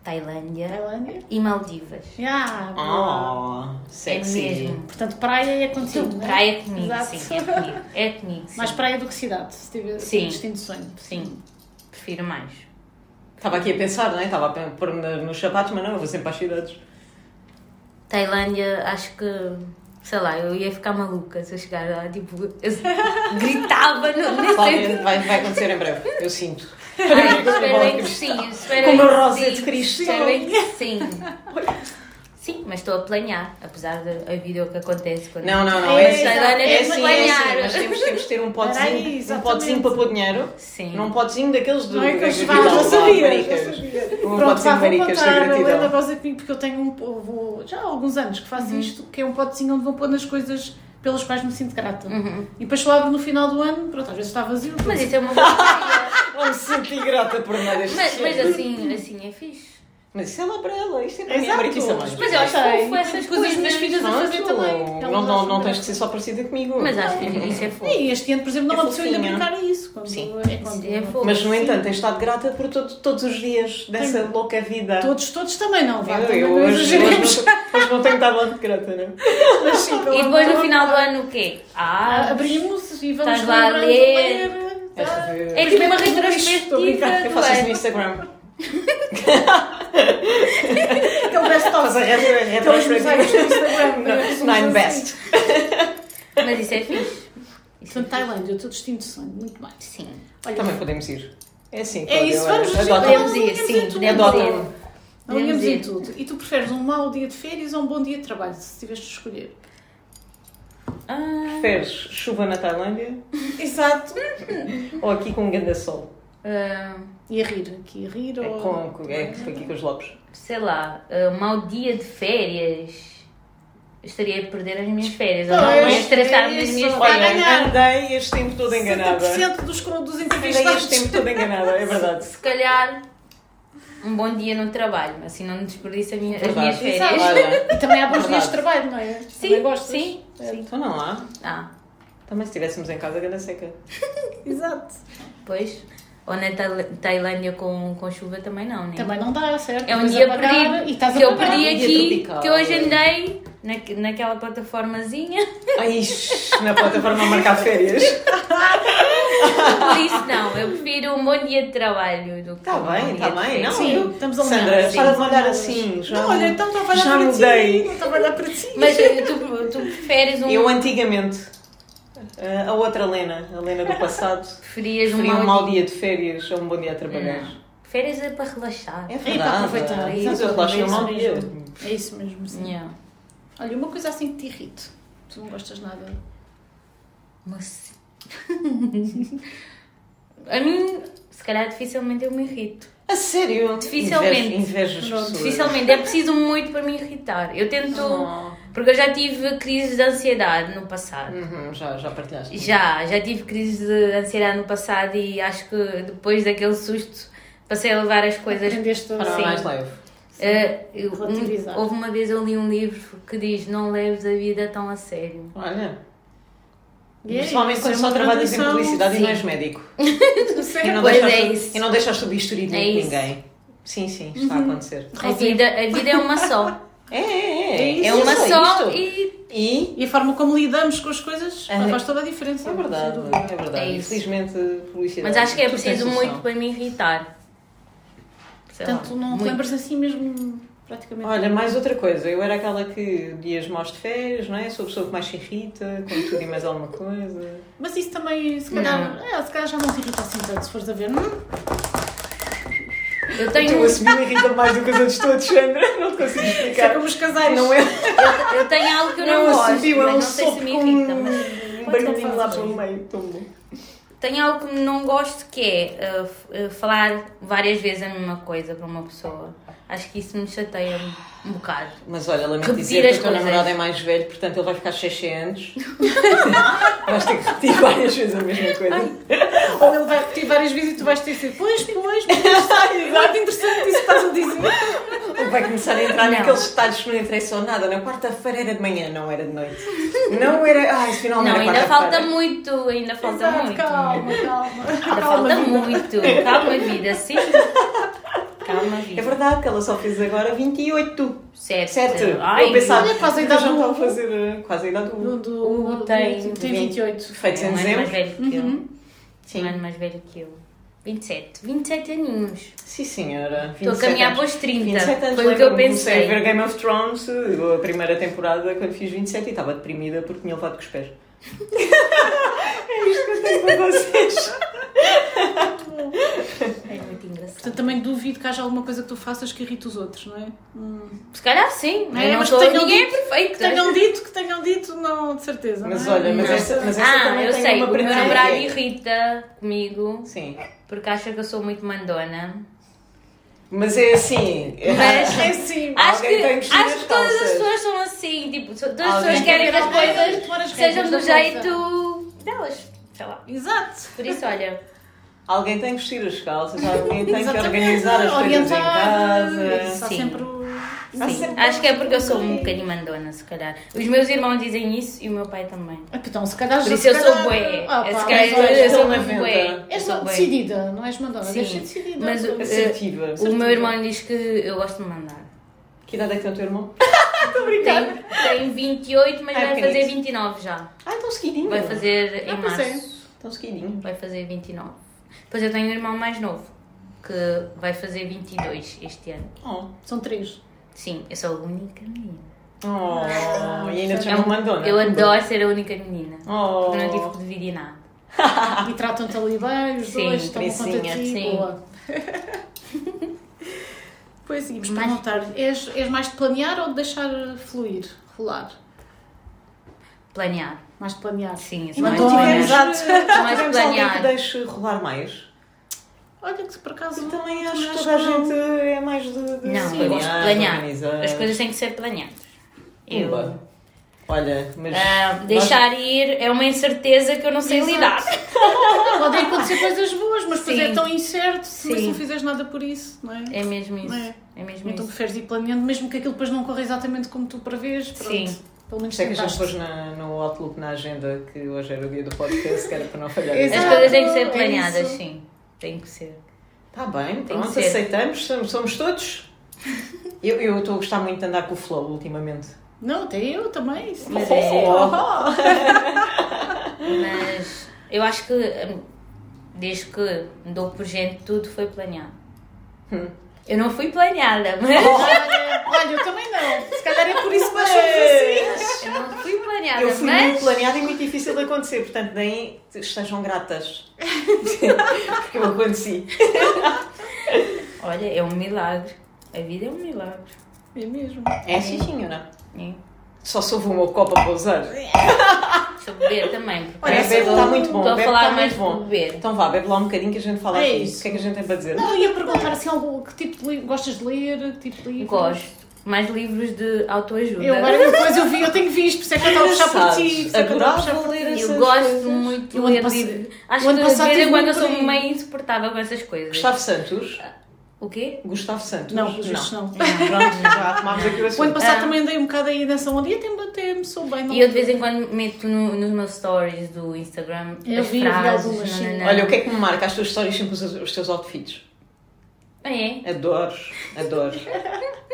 Speaker 2: Tailândia
Speaker 1: Tailândia?
Speaker 2: e Maldivas.
Speaker 1: Ah, boa.
Speaker 3: Oh,
Speaker 2: É
Speaker 3: sexy.
Speaker 2: mesmo.
Speaker 1: Portanto, praia é contigo,
Speaker 2: Tudo
Speaker 1: não é?
Speaker 2: praia comigo,
Speaker 1: Exato.
Speaker 2: sim, é comigo. É comigo, sim.
Speaker 1: Mais praia do que cidade, se tiver se
Speaker 2: Sim.
Speaker 1: tiver destino de sonho.
Speaker 2: Sim, prefiro mais.
Speaker 3: Estava aqui a pensar, não é? Estava a pôr-me na- nos sapatos, mas não, eu vou sempre às cidades.
Speaker 2: Tailândia, acho que, sei lá, eu ia ficar maluca se eu chegar lá, tipo, eu gritava no nem sei.
Speaker 3: Cláudia, vai, vai acontecer em breve, eu sinto.
Speaker 2: Ai, espero bem que sim, espero
Speaker 3: Com
Speaker 2: bem
Speaker 3: o meu
Speaker 2: que
Speaker 3: rosé de
Speaker 2: sim,
Speaker 3: cristal.
Speaker 2: Espero bem que sim. Sim, mas estou a planear, apesar da a vida é que acontece quando...
Speaker 3: Não, não, não.
Speaker 1: É,
Speaker 3: É, assim,
Speaker 1: exato.
Speaker 3: é,
Speaker 1: É
Speaker 3: assim, é
Speaker 2: planear.
Speaker 3: assim. Mas temos, temos de ter um
Speaker 1: Era aí,
Speaker 3: potezinho, um
Speaker 1: exatamente.
Speaker 3: potezinho para pôr dinheiro.
Speaker 2: Sim.
Speaker 3: Não um potezinho daqueles do...
Speaker 1: Não é que eu
Speaker 3: do-
Speaker 1: chegava,
Speaker 3: do-
Speaker 1: já
Speaker 3: do-
Speaker 1: sabia, já
Speaker 3: maricas.
Speaker 1: sabia.
Speaker 3: Um
Speaker 1: Pronto,
Speaker 3: potezinho
Speaker 1: pá,
Speaker 3: de
Speaker 1: vou
Speaker 3: maricas da
Speaker 1: contar a Helena
Speaker 3: gratidão.
Speaker 1: Rosa Pinto, porque eu tenho um, eu vou, já há alguns anos que faço
Speaker 2: Uhum.
Speaker 1: isto, que é um potezinho onde vou pôr nas coisas pelas quais me sinto grata. E depois só abro no final do ano, pronto, às vezes está vazio.
Speaker 2: Uhum. Mas isso é uma boa ideia.
Speaker 3: Não me senti grata por nada deste
Speaker 2: mas, mas assim, assim é fixe.
Speaker 3: Mas isso é lá para ela, isto é para mim,
Speaker 1: Exato.
Speaker 3: Marita, isso é mais.
Speaker 2: Mas eu acho
Speaker 1: Tem.
Speaker 2: fofo essas
Speaker 1: Coisas das
Speaker 2: coisas.
Speaker 1: filhas a fazer também.
Speaker 3: Não,
Speaker 1: Elas
Speaker 3: não, não,
Speaker 1: acham
Speaker 3: tens
Speaker 1: graça.
Speaker 3: que ser só parecida comigo.
Speaker 2: Mas acho que isso é fofo.
Speaker 1: E este ano, por exemplo, não
Speaker 3: É
Speaker 1: me apeteceu ainda
Speaker 3: fofinha.
Speaker 1: brincar a isso. Quando
Speaker 3: Sim.
Speaker 1: é quando-
Speaker 2: É fofo.
Speaker 3: Mas, no
Speaker 2: sim.
Speaker 3: entanto, tens estado grata por todo- todos os dias dessa louca vida.
Speaker 1: Todos, todos também não, vá,
Speaker 3: Eu,
Speaker 1: também
Speaker 3: eu
Speaker 1: não
Speaker 3: hoje, hoje,
Speaker 1: exageremos.
Speaker 3: não, hoje não tenho estado lá de grata, não é?
Speaker 1: Mas sim, pelo
Speaker 2: E
Speaker 1: amor
Speaker 2: depois
Speaker 1: de
Speaker 2: no
Speaker 1: Deus.
Speaker 2: final do ano o quê? Ah,
Speaker 1: Abrimos e vamos
Speaker 2: Estás lá a
Speaker 1: lembrando,
Speaker 2: ler.
Speaker 1: tá?
Speaker 2: é tipo uma
Speaker 1: Estou a
Speaker 2: retrospectiva.
Speaker 1: brincar,
Speaker 3: Eu faço isso
Speaker 2: não
Speaker 3: no
Speaker 2: é?
Speaker 3: Instagram.
Speaker 1: Aquele best-of.
Speaker 3: Faço a retro- a
Speaker 1: Aqueles mosaicos do
Speaker 3: retrospectiva.
Speaker 1: Instagram. não é?
Speaker 3: Nine best.
Speaker 2: Mas isso é fixe. Isso é
Speaker 1: Portanto, Tailândia, o teu destino de sonho, muito bem.
Speaker 2: fixe. Sim.
Speaker 1: Olha,
Speaker 3: Também podemos ir. É assim,
Speaker 1: É isso,
Speaker 3: Cláudia,
Speaker 1: vamos
Speaker 3: olha,
Speaker 1: dizer-
Speaker 3: adota.
Speaker 2: Podemos
Speaker 1: não
Speaker 2: ir,
Speaker 1: temos
Speaker 2: sim,
Speaker 1: em tudo.
Speaker 2: podemos
Speaker 3: Adota.
Speaker 2: ir.
Speaker 1: alinhamos
Speaker 2: Podemos
Speaker 1: em
Speaker 2: ir.
Speaker 1: tudo. E tu preferes um mau dia de férias ou um bom dia de trabalho, se tiveste de escolher?
Speaker 2: Ah,
Speaker 3: Preferes chuva na Tailândia
Speaker 1: Exato.
Speaker 3: ou aqui com um ganda sol?
Speaker 2: ah,
Speaker 1: E a rir, aqui a rir
Speaker 3: É,
Speaker 1: ou...
Speaker 3: com, com- é aqui com os lobos.
Speaker 2: sei lá, ah, mau dia de férias. Eu Estaria a perder as minhas férias. Ou
Speaker 1: Não,
Speaker 2: não,
Speaker 1: é
Speaker 2: ia estressar-me nas
Speaker 1: isso.
Speaker 2: minhas
Speaker 1: Vai
Speaker 2: férias.
Speaker 1: ganhar.
Speaker 3: Olha, andei este tempo todo enganada.
Speaker 1: 70% dos, dos
Speaker 3: Andei este
Speaker 1: entrevistados.
Speaker 3: tempo todo enganada, é verdade.
Speaker 2: Se calhar, um bom dia no trabalho. Assim não desperdiço a minha- as minhas
Speaker 3: Verdade.
Speaker 2: férias.
Speaker 3: Olha,
Speaker 1: E também há bons
Speaker 3: Verdade.
Speaker 1: dias de trabalho, não é?
Speaker 2: Sim,
Speaker 1: também gostas?
Speaker 2: sim, sim.
Speaker 3: então não há.
Speaker 2: Ah,
Speaker 3: Também se estivéssemos em casa, ganda seca.
Speaker 1: Exato.
Speaker 2: pois. Ou na Tail- Tailândia com, com chuva também não, né?
Speaker 1: Também não dá, certo?
Speaker 2: É um
Speaker 1: Vais
Speaker 2: dia
Speaker 1: apagar
Speaker 2: perdido
Speaker 1: E estás
Speaker 2: que
Speaker 1: a
Speaker 2: eu
Speaker 1: pagar.
Speaker 2: perdi
Speaker 3: Um dia
Speaker 2: aqui,
Speaker 3: tropical.
Speaker 2: que eu agendei naque- naquela plataformazinha.
Speaker 3: Ai, ish, na plataforma a marcar férias.
Speaker 2: Por isso, não, eu prefiro um bom dia de trabalho do que
Speaker 3: Está
Speaker 2: um
Speaker 3: Tá bem,
Speaker 2: bom
Speaker 3: está
Speaker 2: dia de
Speaker 3: bem. Não,
Speaker 2: férias.
Speaker 1: Sim,
Speaker 3: eu-
Speaker 1: estamos a
Speaker 3: Sandra, é assim.
Speaker 1: alinhar, sim.
Speaker 3: para de me olhar assim. Já,
Speaker 1: Não, olha, então estou a trabalhar
Speaker 3: já
Speaker 1: para ti.
Speaker 3: mudei.
Speaker 1: Estou a trabalhar um para ti.
Speaker 2: Mas eh, tu, tu preferes um.
Speaker 3: Eu antigamente, eh, a outra Lena, a Lena do passado,
Speaker 2: preferias
Speaker 3: preferia um mau dia de férias a um bom dia a trabalhar.
Speaker 2: Férias é para relaxar.
Speaker 3: É
Speaker 1: É para aproveitar.
Speaker 3: Mas eu
Speaker 1: Exato,
Speaker 3: relaxo
Speaker 1: é
Speaker 3: no um mau
Speaker 1: isso
Speaker 3: dia.
Speaker 1: mesmo. É isso mesmo, sim.
Speaker 2: Yeah.
Speaker 1: Olha, uma coisa assim que te irrita. Tu não gostas nada.
Speaker 2: Mas. a mim, se calhar, dificilmente eu me irrito.
Speaker 3: A sério?
Speaker 2: Dificilmente.
Speaker 3: Invejo, invejo as pessoas.
Speaker 2: Dificilmente, é preciso muito para me irritar. Eu tento.
Speaker 3: Oh.
Speaker 2: Porque eu já tive crises de ansiedade no passado.
Speaker 3: Uhum, já, já partilhaste.
Speaker 2: Já, já tive crises de ansiedade no passado e acho que depois daquele susto passei a levar as coisas.
Speaker 1: Aprendeste a...
Speaker 3: Para
Speaker 2: Sim.
Speaker 3: mais leve.
Speaker 2: Eh, eu- um-
Speaker 1: Relativizar.
Speaker 2: houve uma vez eu li um livro que diz não leves a vida tão a sério.
Speaker 3: Olha,
Speaker 1: E é
Speaker 3: principalmente
Speaker 1: isso,
Speaker 3: quando
Speaker 1: é
Speaker 3: só
Speaker 1: uma
Speaker 3: trabalhas em
Speaker 1: tradição.
Speaker 3: publicidade e não
Speaker 2: Sim.
Speaker 3: és médico. E não
Speaker 2: Pois é
Speaker 3: deixas, tu-
Speaker 2: isso.
Speaker 3: E não deixas tu bisturi de
Speaker 2: É isso. Uhum.
Speaker 3: ninguém. Sim, sim, está a acontecer.
Speaker 2: A vida, a vida é uma só.
Speaker 3: É, é,
Speaker 1: É
Speaker 3: é.
Speaker 1: isso,
Speaker 2: É uma
Speaker 3: isso,
Speaker 2: só
Speaker 3: isto.
Speaker 2: e
Speaker 3: E.
Speaker 1: E a forma como lidamos com as coisas
Speaker 3: É.
Speaker 1: faz toda a diferença.
Speaker 3: É verdade,
Speaker 1: sem dúvida.
Speaker 3: é verdade.
Speaker 2: É isso.
Speaker 3: Infelizmente, publicidade.
Speaker 2: mas acho que é
Speaker 3: tudo tem
Speaker 2: preciso
Speaker 3: solução.
Speaker 2: muito para me irritar. Sei lá,
Speaker 1: Portanto, não te
Speaker 2: muito.
Speaker 1: lembras assim mesmo praticamente.
Speaker 3: Olha, mais outra coisa, eu era aquela que dias maus de férias, não é? Sou a pessoa que mais se irrita, com tudo e mais alguma coisa.
Speaker 1: Mas isso também, se calhar, é, se calhar já não te irrita assim tanto, se fores a ver. Hum?
Speaker 2: Eu tenho, um,
Speaker 3: Tu a Sofia irrita mais do que os outros todos, Sandra. Não te
Speaker 1: Isso
Speaker 3: consigo
Speaker 1: é
Speaker 3: explicar.
Speaker 1: como os casais.
Speaker 3: Não é
Speaker 2: eu tenho algo que eu não, gosto,
Speaker 3: subiu,
Speaker 2: mas
Speaker 3: é um
Speaker 2: não sei se
Speaker 3: sopro
Speaker 2: me
Speaker 3: com
Speaker 2: irrita, mas...
Speaker 3: um barulhinho lá para o meio. Tão bom.
Speaker 2: Tenho algo que não gosto que é uh, f- uh, falar várias vezes a mesma coisa para uma pessoa. Acho que isso me chateia um- um bocado.
Speaker 3: Mas olha, lamento
Speaker 2: Repetir
Speaker 3: dizer que
Speaker 2: as
Speaker 3: o teu
Speaker 2: coisas.
Speaker 3: namorado é mais velho, portanto ele vai ficar 600 anos. Vais ter que repetir várias vezes a mesma coisa.
Speaker 1: Ou ele vai repetir várias vezes e tu vais ter que dizer, pois, pois, pois, é muito interessante isso que estás a dizer.
Speaker 3: Ele vai começar a entrar
Speaker 2: Não.
Speaker 3: naqueles detalhes que não interessam nada. Na quarta-feira era de manhã, não era de noite. Não é era. Ai, isso
Speaker 2: Não,
Speaker 3: finalmente era
Speaker 2: ainda
Speaker 3: quarta-feira.
Speaker 2: falta muito, ainda falta
Speaker 1: Exato,
Speaker 2: muito.
Speaker 1: calma, calma.
Speaker 2: Ainda falta muito. Calma, vida, sim. Calma,
Speaker 3: É
Speaker 2: vida.
Speaker 3: verdade que ela só fez agora 28.
Speaker 2: Sete.
Speaker 3: Certo?
Speaker 2: É, Ai, um
Speaker 3: eu pensava
Speaker 1: olha, quase a
Speaker 3: que
Speaker 1: idade
Speaker 3: já
Speaker 1: do-
Speaker 3: estava a fazer eh, quase a idade do.
Speaker 1: Do, do,
Speaker 2: Hugo tem-
Speaker 1: do- tem 28.
Speaker 3: Feitos
Speaker 2: é
Speaker 3: em
Speaker 2: um ano mais
Speaker 3: dezembro.
Speaker 2: velho que eu.
Speaker 3: Sim.
Speaker 2: Um ano mais velho que eu. 27. 27 aninhos.
Speaker 3: Sim, senhora.
Speaker 2: Estou a
Speaker 3: 27
Speaker 2: caminhar
Speaker 3: anos.
Speaker 2: para os 30.
Speaker 3: 27
Speaker 2: Foi o
Speaker 3: anos,
Speaker 2: que eu
Speaker 3: lembro-me, Comecei É a ver
Speaker 2: pensei.
Speaker 3: Game of Thrones, eh, a primeira temporada, quando fiz 27 e estava deprimida porque tinha levado com os pés. é isto que eu tenho para vocês.
Speaker 2: É muito engraçado.
Speaker 1: Portanto, também duvido que haja alguma coisa que tu faças que irrite os outros, não é? Hum.
Speaker 2: Se calhar sim.
Speaker 1: É,
Speaker 2: eu não
Speaker 1: mas
Speaker 2: sou,
Speaker 1: tenham
Speaker 2: ninguém
Speaker 3: um
Speaker 2: é
Speaker 1: dito-
Speaker 2: perfeito.
Speaker 1: Que tenham dito, que tenham dito, não, de certeza.
Speaker 3: Mas
Speaker 1: não é?
Speaker 3: olha, mas
Speaker 2: Não.
Speaker 3: essa, mas essa
Speaker 2: Ah,
Speaker 3: também
Speaker 2: eu
Speaker 3: tem
Speaker 2: sei.
Speaker 3: uma
Speaker 2: O meu
Speaker 3: pratinha.
Speaker 2: namorado irrita comigo
Speaker 3: Sim.
Speaker 2: porque acha que eu sou muito mandona.
Speaker 3: Mas é assim.
Speaker 2: Mas-
Speaker 1: É sim.
Speaker 2: Acho que,
Speaker 3: Alguém tem que vestir
Speaker 2: acho
Speaker 3: as
Speaker 2: que todas as
Speaker 3: calças.
Speaker 2: pessoas são assim, tipo, so- todas as
Speaker 3: Alguém
Speaker 2: pessoas querem que as
Speaker 1: Alguém tem
Speaker 2: coisas
Speaker 1: que tomar as
Speaker 2: sejam
Speaker 1: rédeas
Speaker 2: do
Speaker 1: da coisa.
Speaker 2: jeito delas, sei lá.
Speaker 1: Exato.
Speaker 2: Por isso, olha,
Speaker 3: Alguém tem que vestir as calças, alguém tem que
Speaker 1: Exatamente.
Speaker 3: organizar as coisas em
Speaker 1: Orientar,
Speaker 3: casa.
Speaker 1: Só
Speaker 2: Sim.
Speaker 1: sempre o...
Speaker 3: Mas
Speaker 2: sim,
Speaker 3: sempre
Speaker 2: acho que é porque eu sou um bocadinho mandona, se calhar. Os meus irmãos dizem isso e o meu pai também.
Speaker 1: Ah, Então, se calhar...
Speaker 2: Por
Speaker 1: já
Speaker 2: isso eu
Speaker 1: se
Speaker 2: sou
Speaker 1: calhar-
Speaker 2: bué. É,
Speaker 1: Ah, pá,
Speaker 2: Se
Speaker 1: mas
Speaker 2: calhar
Speaker 1: olha,
Speaker 2: eu sou
Speaker 3: uma
Speaker 2: mesmo
Speaker 3: venda.
Speaker 2: bué. Eu
Speaker 1: És
Speaker 2: sou
Speaker 1: não
Speaker 2: bué.
Speaker 1: decidida, não és mandona,
Speaker 2: Sim.
Speaker 1: deves ser decidida.
Speaker 2: Mas
Speaker 3: É
Speaker 2: o-
Speaker 3: Assertiva.
Speaker 2: O meu irmão diz que eu gosto de mandar.
Speaker 3: Que idade é que tem o teu irmão?
Speaker 2: Tem, tem 28, mas
Speaker 3: Ah,
Speaker 2: vai
Speaker 3: pequenito.
Speaker 2: fazer 29 já.
Speaker 3: Ah, tão seguidinho.
Speaker 2: Vai fazer
Speaker 1: Ah,
Speaker 2: em
Speaker 1: pois é.
Speaker 2: março.
Speaker 3: Tão seguidinho.
Speaker 2: Vai fazer 29. Depois eu tenho um irmão mais novo que vai fazer 22 este ano.
Speaker 3: Oh.
Speaker 1: São três.
Speaker 2: Sim, eu sou a única menina.
Speaker 3: Oh, e ainda te
Speaker 2: É um-
Speaker 3: chamam mandona.
Speaker 2: Eu adoro ser a única menina.
Speaker 3: Oh.
Speaker 2: Porque não tive que dividir nada.
Speaker 1: E tratam-te ali bem, os
Speaker 2: Ah. Sim,
Speaker 1: dois estão conta de
Speaker 3: Teresinha,
Speaker 1: ti.
Speaker 2: sim.
Speaker 1: Boa. Pois seguimos para
Speaker 2: Mais-
Speaker 1: notar. tá- És, és mais de planear ou de deixar fluir, rolar?
Speaker 2: Planear.
Speaker 1: Mais de planear.
Speaker 2: Sim, eu
Speaker 1: E
Speaker 2: sou mais
Speaker 1: mandou
Speaker 2: planear.
Speaker 1: tivemos-
Speaker 3: Exato.
Speaker 2: mais
Speaker 3: Tivemos alguém que
Speaker 2: planeado.
Speaker 3: deixe rolar mais.
Speaker 1: Olha que por acaso...
Speaker 3: Eu também
Speaker 1: também
Speaker 3: acho que
Speaker 1: acho
Speaker 3: toda a
Speaker 1: que não.
Speaker 3: gente é mais de. de
Speaker 2: Não,
Speaker 3: planear,
Speaker 2: eu gosto de planear.
Speaker 3: organizar.
Speaker 2: As coisas têm que ser planeadas. Eu,
Speaker 3: Pumba. Olha, mas.
Speaker 2: ah,
Speaker 3: nós-
Speaker 2: deixar ir é uma incerteza que eu não sei
Speaker 1: Exato.
Speaker 2: lidar.
Speaker 1: Podem acontecer coisas boas, mas depois
Speaker 2: Sim.
Speaker 1: é tão incerto se
Speaker 2: Sim.
Speaker 1: mas não fizeres nada por isso, não é?
Speaker 2: É mesmo isso.
Speaker 1: É.
Speaker 2: É, mesmo
Speaker 1: Então
Speaker 2: isso.
Speaker 1: preferes ir planeando, mesmo que aquilo depois não corra exatamente como tu prevês. Pronto.
Speaker 2: Sim.
Speaker 1: Pelo menos
Speaker 3: Isto é que a gente
Speaker 1: tentaste.
Speaker 3: pôs na- no Outlook na agenda que hoje era o dia do podcast, que era para não falhar.
Speaker 1: Exato.
Speaker 2: As coisas têm que
Speaker 1: é
Speaker 2: ser planeadas,
Speaker 1: isso.
Speaker 2: sim. Tem que ser.
Speaker 3: Está tá bem,
Speaker 2: Tem que
Speaker 3: pronto,
Speaker 2: ser.
Speaker 3: aceitamos, somos, somos todos. Eu eu estou a gostar muito de andar com o flow ultimamente.
Speaker 1: Não, até eu também. sim.
Speaker 2: Mas é-
Speaker 1: Oh, oh.
Speaker 2: Mas eu acho que hum, desde que me dou por gente, tudo foi planeado.
Speaker 3: Hum.
Speaker 2: Eu não fui planeada, mas
Speaker 1: Olha, olha, eu também não. Se calhar é por isso que nós somos assim.
Speaker 3: Mas-
Speaker 2: eu não fui planeada,
Speaker 3: Oh. Eu fui
Speaker 2: mas
Speaker 3: muito planeada e muito difícil de acontecer, portanto, daí estejam gratas. Porque eu aconteci.
Speaker 2: olha, é um milagre. A vida é um milagre.
Speaker 1: É mesmo.
Speaker 3: É assim, senhora.
Speaker 2: né?
Speaker 3: Só soube uma copa para usar.
Speaker 2: Deixa eu beber também. porque
Speaker 3: Olha,
Speaker 2: parece
Speaker 3: bebe,
Speaker 2: que eu
Speaker 3: tá muito bom,
Speaker 2: Estou a
Speaker 3: bebe,
Speaker 2: falar
Speaker 3: tá
Speaker 2: mais
Speaker 3: muito bom.
Speaker 2: de beber.
Speaker 3: Então vá, bebe lá um bocadinho que a gente fala
Speaker 1: É
Speaker 3: aqui.
Speaker 1: isso.
Speaker 3: O que é que a gente tem para dizer?
Speaker 1: Não, eu ia perguntar assim, algo, que tipo de livro gostas de ler? Que tipo de livro?
Speaker 2: Gosto. Mais livros de autoajuda.
Speaker 1: Eu agora depois eu vi, eu tenho visto, por isso é que eu estava a puxar por ti. por isso é que eu estava a puxar
Speaker 3: Adorava
Speaker 1: por
Speaker 3: ler
Speaker 1: ti.
Speaker 3: essas
Speaker 2: Eu gosto
Speaker 3: coisas.
Speaker 2: muito
Speaker 1: Eu
Speaker 2: de ler
Speaker 1: ano pass-
Speaker 2: livros. Acho
Speaker 1: o ano
Speaker 2: que de
Speaker 1: passado
Speaker 2: vez em
Speaker 1: tive
Speaker 2: quando eu
Speaker 1: muito
Speaker 2: sou
Speaker 1: por aí.
Speaker 2: meio insuportável com essas coisas.
Speaker 3: Gustavo Santos?
Speaker 2: O quê?
Speaker 3: Gustavo Santos?
Speaker 1: Não, pelos vistos não.
Speaker 3: Pronto, já arrumámos aqui o
Speaker 1: O ano
Speaker 3: assunto.
Speaker 1: passado
Speaker 2: Ah.
Speaker 1: também andei um bocado aí nessa onda e até me, até me sou bem. não-
Speaker 2: E eu de vez em quando meto no- nos meus stories do Instagram
Speaker 1: Eu
Speaker 2: as
Speaker 1: vi, vi
Speaker 2: frases.
Speaker 1: algumas, sim.
Speaker 2: nananã.
Speaker 3: Olha, o que é que me marca? As tuas histórias sempre os, os teus outfits.
Speaker 2: Ah, é?
Speaker 3: Adoro, adoro.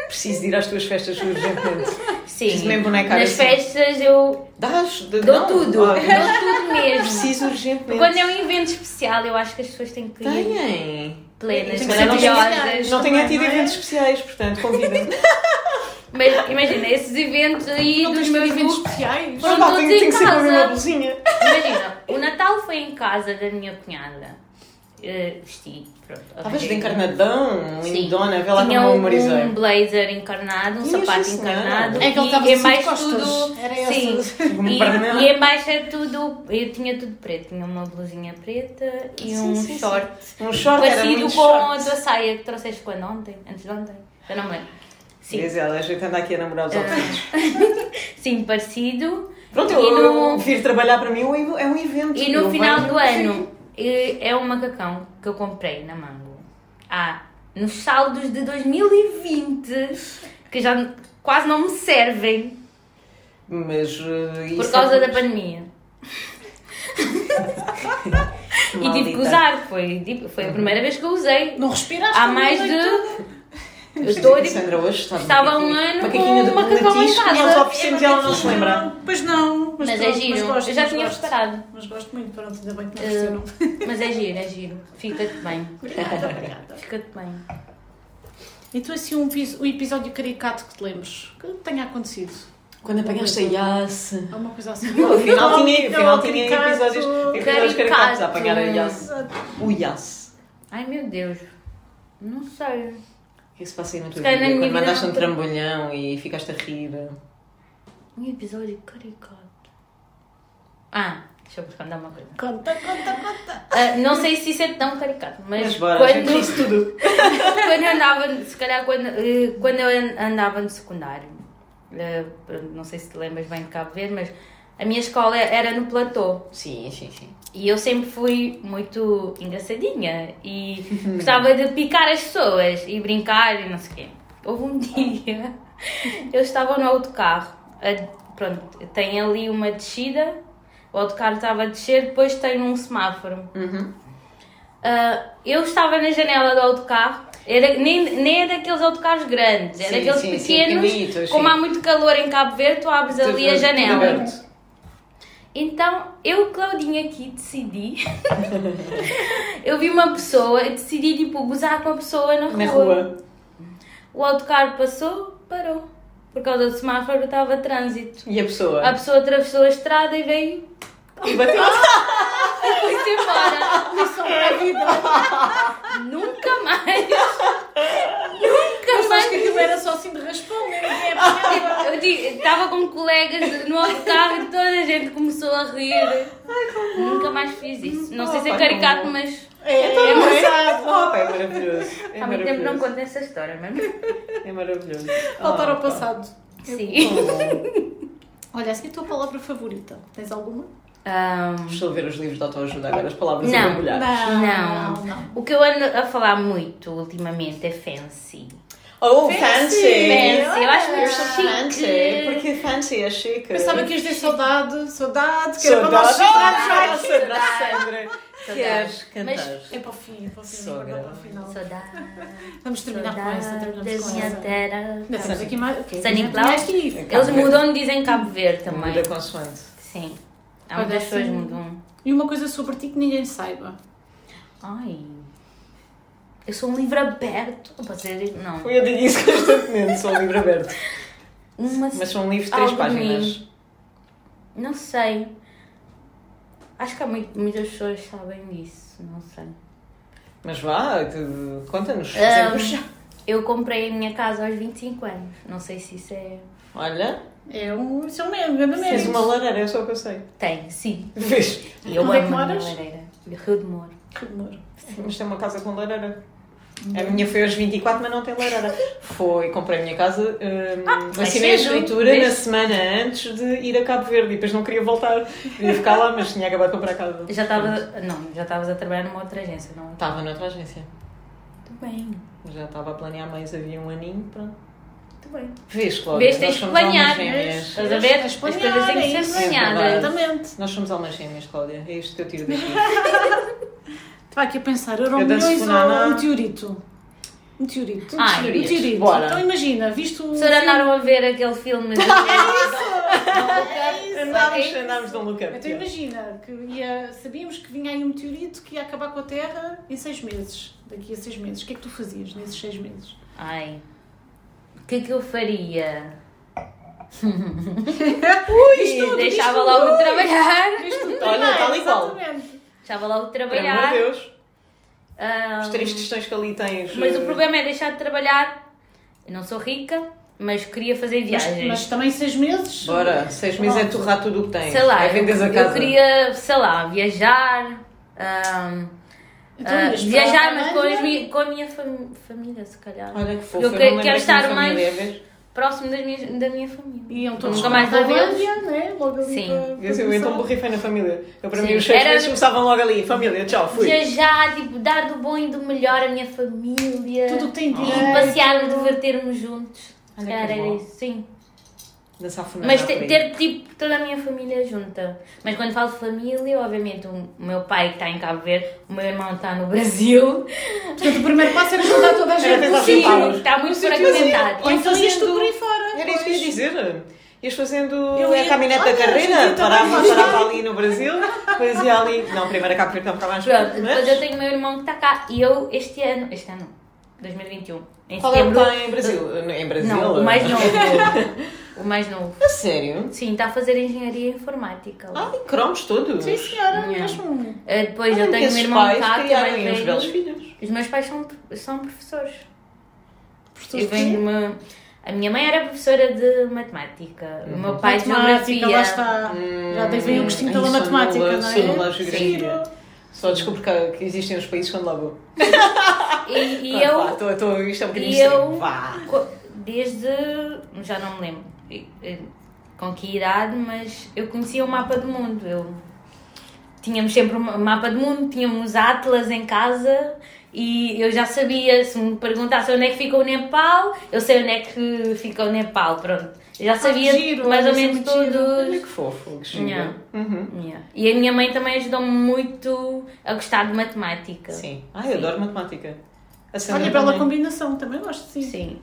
Speaker 3: Preciso de ir às tuas festas urgentemente. Preciso de
Speaker 2: Sim.
Speaker 3: uma boneca
Speaker 2: Nas
Speaker 3: assim.
Speaker 2: festas eu
Speaker 3: Dás? De,
Speaker 2: dou
Speaker 3: não,
Speaker 2: tudo.
Speaker 3: olha,
Speaker 2: Dou tudo mesmo.
Speaker 3: Preciso urgentemente.
Speaker 2: Quando é um evento especial, eu acho que as pessoas têm que ir
Speaker 3: Têm.
Speaker 2: plenas,
Speaker 1: Tem
Speaker 3: que ser
Speaker 2: maravilhosas.
Speaker 3: Não tenho
Speaker 1: Também,
Speaker 3: tido
Speaker 1: não é?
Speaker 3: eventos especiais, portanto, convida-me.
Speaker 2: Mas imagina, esses eventos aí
Speaker 1: não
Speaker 2: dos
Speaker 1: tens meus
Speaker 2: meus
Speaker 1: eventos
Speaker 2: grupos.
Speaker 1: especiais?
Speaker 2: Não,
Speaker 3: Mas vá,
Speaker 2: todos
Speaker 3: tenho,
Speaker 2: em
Speaker 3: tenho que ser com a
Speaker 2: casa.
Speaker 3: mesma blusinha.
Speaker 2: Imagina, o Natal foi em casa da minha cunhada. eh, vesti. Pronto,
Speaker 3: Estavas
Speaker 2: ok.
Speaker 3: de encarnadão,
Speaker 2: Sim.
Speaker 3: lindona, vê lá
Speaker 2: Tinha
Speaker 3: como eu memorizei.
Speaker 2: um blazer encarnado, um
Speaker 3: Tinha,
Speaker 2: sapato
Speaker 3: sim, senhora.
Speaker 2: encarnado.
Speaker 1: É que ele estava
Speaker 2: e
Speaker 1: de
Speaker 2: em baixo
Speaker 1: costas.
Speaker 2: tudo.
Speaker 1: Era
Speaker 2: sim.
Speaker 1: esse.
Speaker 3: Como
Speaker 2: E,
Speaker 3: pernel.
Speaker 2: e em baixo é tudo. Eu tinha tudo preto. Tinha uma blusinha preta e
Speaker 3: Sim,
Speaker 2: um
Speaker 3: sim, sim.
Speaker 2: short
Speaker 3: Um short era
Speaker 2: parecido
Speaker 3: muito
Speaker 2: com a
Speaker 3: short.
Speaker 2: tua saia que trouxeste quando ontem, antes de ontem. Eu não me lembro. Sim, Eh,
Speaker 3: Diz ela, é, a gente anda aqui a namorar os outros.
Speaker 2: sim parecido.
Speaker 3: Pronto,
Speaker 2: e
Speaker 3: eu
Speaker 2: no-
Speaker 3: vir trabalhar para mim é um é um evento.
Speaker 2: E
Speaker 3: Eu
Speaker 2: no final
Speaker 3: venho-
Speaker 2: do ano eh, é um macacão que eu comprei na Mango. Ah, nos saldos de 2020, que já n- quase não me servem
Speaker 3: Mas. eh,
Speaker 2: por
Speaker 3: isso
Speaker 2: causa
Speaker 3: é-
Speaker 2: da pandemia. E tive que
Speaker 3: Maldita.
Speaker 2: usar, foi, tipo, foi a primeira vez que eu usei.
Speaker 1: Não respiraste?
Speaker 2: Há
Speaker 1: não
Speaker 2: mais
Speaker 1: dei tudo.
Speaker 2: de. Eu estou tipo,
Speaker 3: Sandra hoje está de
Speaker 2: Estava um
Speaker 3: macaquinho-
Speaker 2: ano
Speaker 3: macaquinho
Speaker 2: com
Speaker 3: de
Speaker 2: um macacão em
Speaker 3: peletis que
Speaker 2: casa.
Speaker 3: nós oferecemos e
Speaker 2: um
Speaker 3: ela não se
Speaker 1: Pois
Speaker 2: é.
Speaker 3: lembra.
Speaker 1: não, Pois não.
Speaker 2: Mas é
Speaker 1: pronto,
Speaker 2: giro.
Speaker 1: gosto,
Speaker 2: Eu já
Speaker 1: mas
Speaker 2: tinha
Speaker 1: gosto.
Speaker 2: reparado.
Speaker 1: Mas gosto muito, pronto, ainda bem que me
Speaker 2: Eh,
Speaker 1: ofereceram.
Speaker 2: Mas é giro, é giro. Fica-te bem.
Speaker 1: Obrigada, obrigada.
Speaker 2: Fica-te bem.
Speaker 1: E tu assim um, epi- um episódio caricato que te lembres? Que tenha acontecido?
Speaker 3: Quando apanhaste a Yasse.
Speaker 1: Alguma coisa assim?
Speaker 3: Afinal tinha, afinal,
Speaker 1: Oh,
Speaker 3: tinha
Speaker 1: caricato.
Speaker 3: episódios, episódios
Speaker 2: Caricato.
Speaker 3: caricatos a apanhar a Yasse.
Speaker 1: Exato.
Speaker 3: O Yasse.
Speaker 2: Ai meu Deus. Não sei.
Speaker 3: O que é que se passa aí na tua
Speaker 2: Se calhar na
Speaker 3: vida?
Speaker 2: minha
Speaker 3: Quando
Speaker 2: vida
Speaker 3: mandaste
Speaker 2: não.
Speaker 3: um trambolhão e ficaste a rir.
Speaker 2: Um episódio caricato. Ah, deixa eu vos contar uma coisa.
Speaker 1: Conta, conta, conta.
Speaker 2: Ah, não sei se isso é tão caricato, mas,
Speaker 3: Mas bora, a gente
Speaker 2: quando,
Speaker 3: disse tudo.
Speaker 2: quando eu andava, se calhar quando, eh, quando eu an- andava no secundário, eh, pronto, não sei se te lembras bem de Cabo Verde, mas a minha escola era no platô.
Speaker 3: Sim, sim, sim.
Speaker 2: E eu sempre fui muito engraçadinha e gostava de picar as pessoas e brincar e não sei o quê. Houve um dia, eu estava no autocarro, a- pronto, tem ali uma descida, o autocarro estava a descer, depois tem um semáforo.
Speaker 3: Uhum.
Speaker 2: Ah, eu estava na janela do autocarro, era, nem, nem é daqueles autocarros grandes, é
Speaker 3: Sim,
Speaker 2: daqueles
Speaker 3: sim, sim,
Speaker 2: pequenos,
Speaker 3: pequenitos,
Speaker 2: como
Speaker 3: sim.
Speaker 2: há muito calor em Cabo Verde, tu abres ali a
Speaker 3: Tudo
Speaker 2: janela.
Speaker 3: aberto.
Speaker 2: Então, eu, Claudinha, aqui decidi. eu vi uma pessoa e decidi, tipo, gozar com a pessoa na rua.
Speaker 3: Na rua.
Speaker 2: O autocarro passou, parou. Por causa do semáforo estava trânsito.
Speaker 3: E a pessoa?
Speaker 2: A pessoa atravessou a estrada e veio
Speaker 3: E bateu.
Speaker 2: e foi-se embora.
Speaker 1: Lição para
Speaker 2: Ah,
Speaker 1: a vida.
Speaker 2: Nunca mais.
Speaker 1: Eu
Speaker 2: Nunca
Speaker 1: acho que
Speaker 2: mais.
Speaker 1: aquilo era só assim de raspão. né? Ninguém apanhava.
Speaker 2: Eu digo, estava com colegas no autocarro e toda a gente começou a rir. Nunca mais fiz isso. Não sei se é
Speaker 3: Opa, como
Speaker 2: caricato,
Speaker 3: bom.
Speaker 2: mas
Speaker 1: É,
Speaker 3: Então, não é?
Speaker 1: engraçado.
Speaker 3: Oh, pá, é maravilhoso. É
Speaker 2: há muito tempo não
Speaker 3: maravilhoso.
Speaker 2: conto essa história mesmo.
Speaker 3: É maravilhoso.
Speaker 1: Voltar
Speaker 2: Ah,
Speaker 3: Oh,
Speaker 1: ao
Speaker 3: pá.
Speaker 1: passado.
Speaker 2: Sim.
Speaker 1: Olha, assim a tua palavra favorita. Tens alguma?
Speaker 2: Ahm,
Speaker 3: Estou a ver os livros de autoajuda agora, as palavras
Speaker 2: Não.
Speaker 3: mergulhadas.
Speaker 2: Não.
Speaker 1: não. não.
Speaker 2: o que eu ando a falar muito ultimamente é fancy.
Speaker 3: Oh,
Speaker 1: Fancy.
Speaker 3: fancy!
Speaker 1: É.
Speaker 2: Fancy, eu acho
Speaker 1: Ah,
Speaker 3: Eu sou
Speaker 2: muito
Speaker 3: fancy,
Speaker 2: chique.
Speaker 3: porque fancy é chique.
Speaker 1: Pensava que ias dizer saudade, saudade, que era para nós
Speaker 3: Saudades
Speaker 1: chorar, já.
Speaker 3: Sandra, Sandra. Queres
Speaker 2: Mas-
Speaker 3: cantar?
Speaker 1: É para o fim, é para o fim,
Speaker 3: Sogra.
Speaker 1: agora para o final.
Speaker 2: Saudade.
Speaker 1: Vamos terminar com essa,
Speaker 2: Saudade da
Speaker 1: terminamos com
Speaker 2: minha
Speaker 1: essa.
Speaker 2: terra.
Speaker 1: Ainda temos aqui mais. ok,
Speaker 2: Sani
Speaker 1: ainda
Speaker 2: Cláudio?
Speaker 1: tinha aqui.
Speaker 2: Eles mudam, dizem Cabo Verde também.
Speaker 3: Muda consoante.
Speaker 2: Sim. Há
Speaker 1: Olha,
Speaker 2: muitas pessoas
Speaker 1: sim.
Speaker 2: mudam.
Speaker 1: E uma coisa sobre ti que ninguém saiba.
Speaker 2: Ai. Eu sou um livro aberto. Não pode ser. Não.
Speaker 3: Eu digo isso constantemente, sou um livro aberto.
Speaker 2: Uma.
Speaker 3: Mas sou um livro de três
Speaker 2: Algo de
Speaker 3: páginas.
Speaker 2: mim. Não sei. Acho que há muito, muitas pessoas que sabem disso. Não sei.
Speaker 3: Mas vá, te- conta-nos.
Speaker 2: Ah,
Speaker 3: fazemos já.
Speaker 2: Eu comprei a minha casa aos 25 anos. Não sei se isso é.
Speaker 3: Olha,
Speaker 1: É um. Isso é um mesmo, grande
Speaker 3: tens
Speaker 1: mérito.
Speaker 3: uma lareira, é só o que eu sei.
Speaker 2: Tem, sim.
Speaker 3: Vês?
Speaker 2: E eu
Speaker 1: Onde é que
Speaker 2: amo a minha
Speaker 1: moras?
Speaker 2: lareira. Rio de Moro.
Speaker 1: Que demora.
Speaker 3: Mas tem uma casa com lareira. A minha foi aos 24, mas não tem lareira. Foi, comprei a minha casa, hum,
Speaker 2: vai
Speaker 3: assinei a
Speaker 2: cedo,
Speaker 3: escritura
Speaker 2: vês?
Speaker 3: na semana antes de ir a Cabo Verde e depois não queria voltar. Queria ficar lá, mas tinha acabado de comprar a casa.
Speaker 2: Já estava. Não, já estavas a trabalhar numa outra agência, não? é?
Speaker 3: Estava noutra agência.
Speaker 2: Muito bem.
Speaker 3: Já estava a planear mais, havia um aninho, pronto.
Speaker 2: Muito bem.
Speaker 3: Vês, Cláudia,
Speaker 2: Vês,
Speaker 3: nós
Speaker 2: tens que
Speaker 3: somos almas
Speaker 2: planear.
Speaker 3: gêmeas.
Speaker 2: Estás a ver?
Speaker 1: Tens
Speaker 2: As
Speaker 1: que
Speaker 2: coisas
Speaker 1: planear,
Speaker 2: têm
Speaker 1: é
Speaker 2: que
Speaker 1: isso.
Speaker 2: ser planeadas.
Speaker 1: Exatamente.
Speaker 3: Nós somos almas gêmeas, Cláudia. É isto que eu tiro daqui.
Speaker 1: Estava aqui a pensar, eram
Speaker 3: Eu danço
Speaker 1: milhões ou
Speaker 3: funaná.
Speaker 1: um meteorito? Um Meteorito.
Speaker 2: Ai,
Speaker 1: meteorito.
Speaker 3: meteorito. Bora.
Speaker 1: Então imagina, viste o.
Speaker 2: As pessoas andaram a ver aquele filme. de-
Speaker 3: Andámos, andámos de um look up.
Speaker 1: Então imagina, que ia- sabíamos que vinha aí um meteorito que ia acabar com a Terra em seis meses. Daqui a seis meses. O que é que tu fazias nesses seis meses?
Speaker 2: Ai. O que é que eu faria?
Speaker 1: Diz tudo, diz
Speaker 2: Deixava
Speaker 1: tudo.
Speaker 2: logo de trabalhar.
Speaker 1: Diz tudo
Speaker 3: Olha,
Speaker 1: primeiro,
Speaker 3: tal e qual.
Speaker 1: Exatamente.
Speaker 2: Deixava logo de
Speaker 3: Pelo amor
Speaker 2: trabalhar.
Speaker 3: de Deus.
Speaker 2: Ah,
Speaker 3: As três questões que ali tens.
Speaker 2: mas
Speaker 3: eh,
Speaker 2: o problema é deixar de trabalhar. Eu não sou rica, mas queria fazer
Speaker 1: Mas,
Speaker 2: viagens.
Speaker 1: mas também seis meses.
Speaker 3: Bora, seis meses é
Speaker 1: Pronto.
Speaker 3: torrar tudo o que tens.
Speaker 2: sei lá,
Speaker 3: é vendes a
Speaker 2: eu,
Speaker 3: casa.
Speaker 2: eu queria, sei lá, viajar. ah,
Speaker 1: Então,
Speaker 2: ah,
Speaker 1: ias para
Speaker 2: viajar,
Speaker 1: a
Speaker 2: mas com, as
Speaker 1: Tailândia?
Speaker 2: mi- com a minha fam- família, se calhar.
Speaker 3: é Olha que fofo.
Speaker 2: Eu
Speaker 3: não
Speaker 2: que-
Speaker 3: lembrei
Speaker 2: quero
Speaker 3: que
Speaker 2: estar
Speaker 3: minha
Speaker 2: mais-
Speaker 3: família é vez.
Speaker 2: Próximo das minhas, da minha família.
Speaker 1: Iam todos
Speaker 2: Nunca
Speaker 1: para
Speaker 2: mais
Speaker 1: a
Speaker 2: talvez.
Speaker 1: Tailândia, né? Logo ali
Speaker 2: Sim.
Speaker 1: para- para
Speaker 3: Eu, eu então
Speaker 1: começar.
Speaker 3: borrifei na família. Eu para
Speaker 2: Sim.
Speaker 3: mim os seis
Speaker 2: Era-
Speaker 3: meses começavam logo ali. Família, tchau, fui.
Speaker 2: Viajar, tipo, dar do bom e do melhor à minha família.
Speaker 1: Tudo o que tem
Speaker 2: e
Speaker 1: direito.
Speaker 2: passearmos, divertirmos juntos.
Speaker 3: Olha
Speaker 2: Se calhar
Speaker 3: que
Speaker 2: era
Speaker 3: bom.
Speaker 2: isso, sim.
Speaker 3: Dançar funeral.
Speaker 2: Mas te- ter tipo toda a minha família junta. Mas quando falo família, obviamente o meu pai que está em Cabo Verde, o meu irmão está no Brasil.
Speaker 3: Ah,
Speaker 1: Portanto, o primeiro passo era juntar toda a gente.
Speaker 3: tentar
Speaker 1: no sítio.
Speaker 3: juntá-los.
Speaker 2: está muito
Speaker 1: Ou
Speaker 2: fragmentado.
Speaker 1: então ias tu por aí fora.
Speaker 3: Era isso que eu ia dizer. Ias fazendo
Speaker 1: Eu
Speaker 3: a
Speaker 1: ia-
Speaker 3: caminhonete
Speaker 1: Olha,
Speaker 3: da carreira,
Speaker 1: eu também
Speaker 3: parava,
Speaker 1: gosto.
Speaker 3: parava ali no Brasil, depois ia ali. Não, primeiro a Cabo Verde não ficava mais
Speaker 2: Pronto,
Speaker 3: perto,
Speaker 2: depois eu
Speaker 3: mas.
Speaker 2: tenho o meu irmão que está cá e eu este ano, este ano, 2021, em
Speaker 3: Qual é o que
Speaker 2: setembro.
Speaker 3: está em Brasil? Em Brasil?
Speaker 2: Não, o mais novo. o mais novo.
Speaker 3: A sério?
Speaker 2: Sim, está a fazer engenharia informática. lá.
Speaker 3: Ah, e cromos todos.
Speaker 1: Sim, senhora,
Speaker 2: Yeah.
Speaker 1: mesmo.
Speaker 2: Ah, Depois
Speaker 3: Olha,
Speaker 2: eu tenho o
Speaker 3: esses
Speaker 2: meu irmão
Speaker 3: pais
Speaker 2: cá que é mais
Speaker 3: criarem uns
Speaker 2: velho.
Speaker 3: belos filhos.
Speaker 2: Os meus pais são, são professores.
Speaker 1: Professores
Speaker 2: Eu venho de
Speaker 1: de
Speaker 2: uma... A minha mãe era professora de matemática, o
Speaker 3: Uhum.
Speaker 2: meu pai de
Speaker 1: matemática, lá
Speaker 2: geografia. Hum,
Speaker 1: está. Já tens aí o gostinho
Speaker 3: Ai,
Speaker 1: pela
Speaker 3: sou
Speaker 1: matemática,
Speaker 3: nula,
Speaker 1: não é?
Speaker 3: Sou nula à
Speaker 1: Giro.
Speaker 3: geografia. Só descubro que, que existem os países quando lá vou.
Speaker 2: E, e
Speaker 3: Pronto, vá,
Speaker 2: eu,
Speaker 3: tô- tô- isto é um bocadinho
Speaker 2: e
Speaker 3: estranho.
Speaker 2: eu-
Speaker 3: Vá.
Speaker 2: co- desde. já não me lembro e- e- com que idade, mas eu conhecia o mapa do mundo. Eu, tínhamos sempre um mapa do mundo, tínhamos atlas em casa e eu já sabia, se me perguntasse onde é que fica o Nepal, eu sei onde é que fica o Nepal, pronto. Eu já sabia
Speaker 1: Ah, giro,
Speaker 2: mais ou
Speaker 1: isso é
Speaker 2: menos
Speaker 1: muito giro.
Speaker 2: todos.
Speaker 3: Olha que fofo, que giro.
Speaker 2: Yeah.
Speaker 3: Uhum.
Speaker 2: Yeah. E a minha mãe também ajudou-me muito a gostar de matemática.
Speaker 3: Sim. Ai, eu adoro matemática. A Sandra
Speaker 1: Olha, bela
Speaker 3: também.
Speaker 1: combinação, também gosto, sim.
Speaker 2: Sim.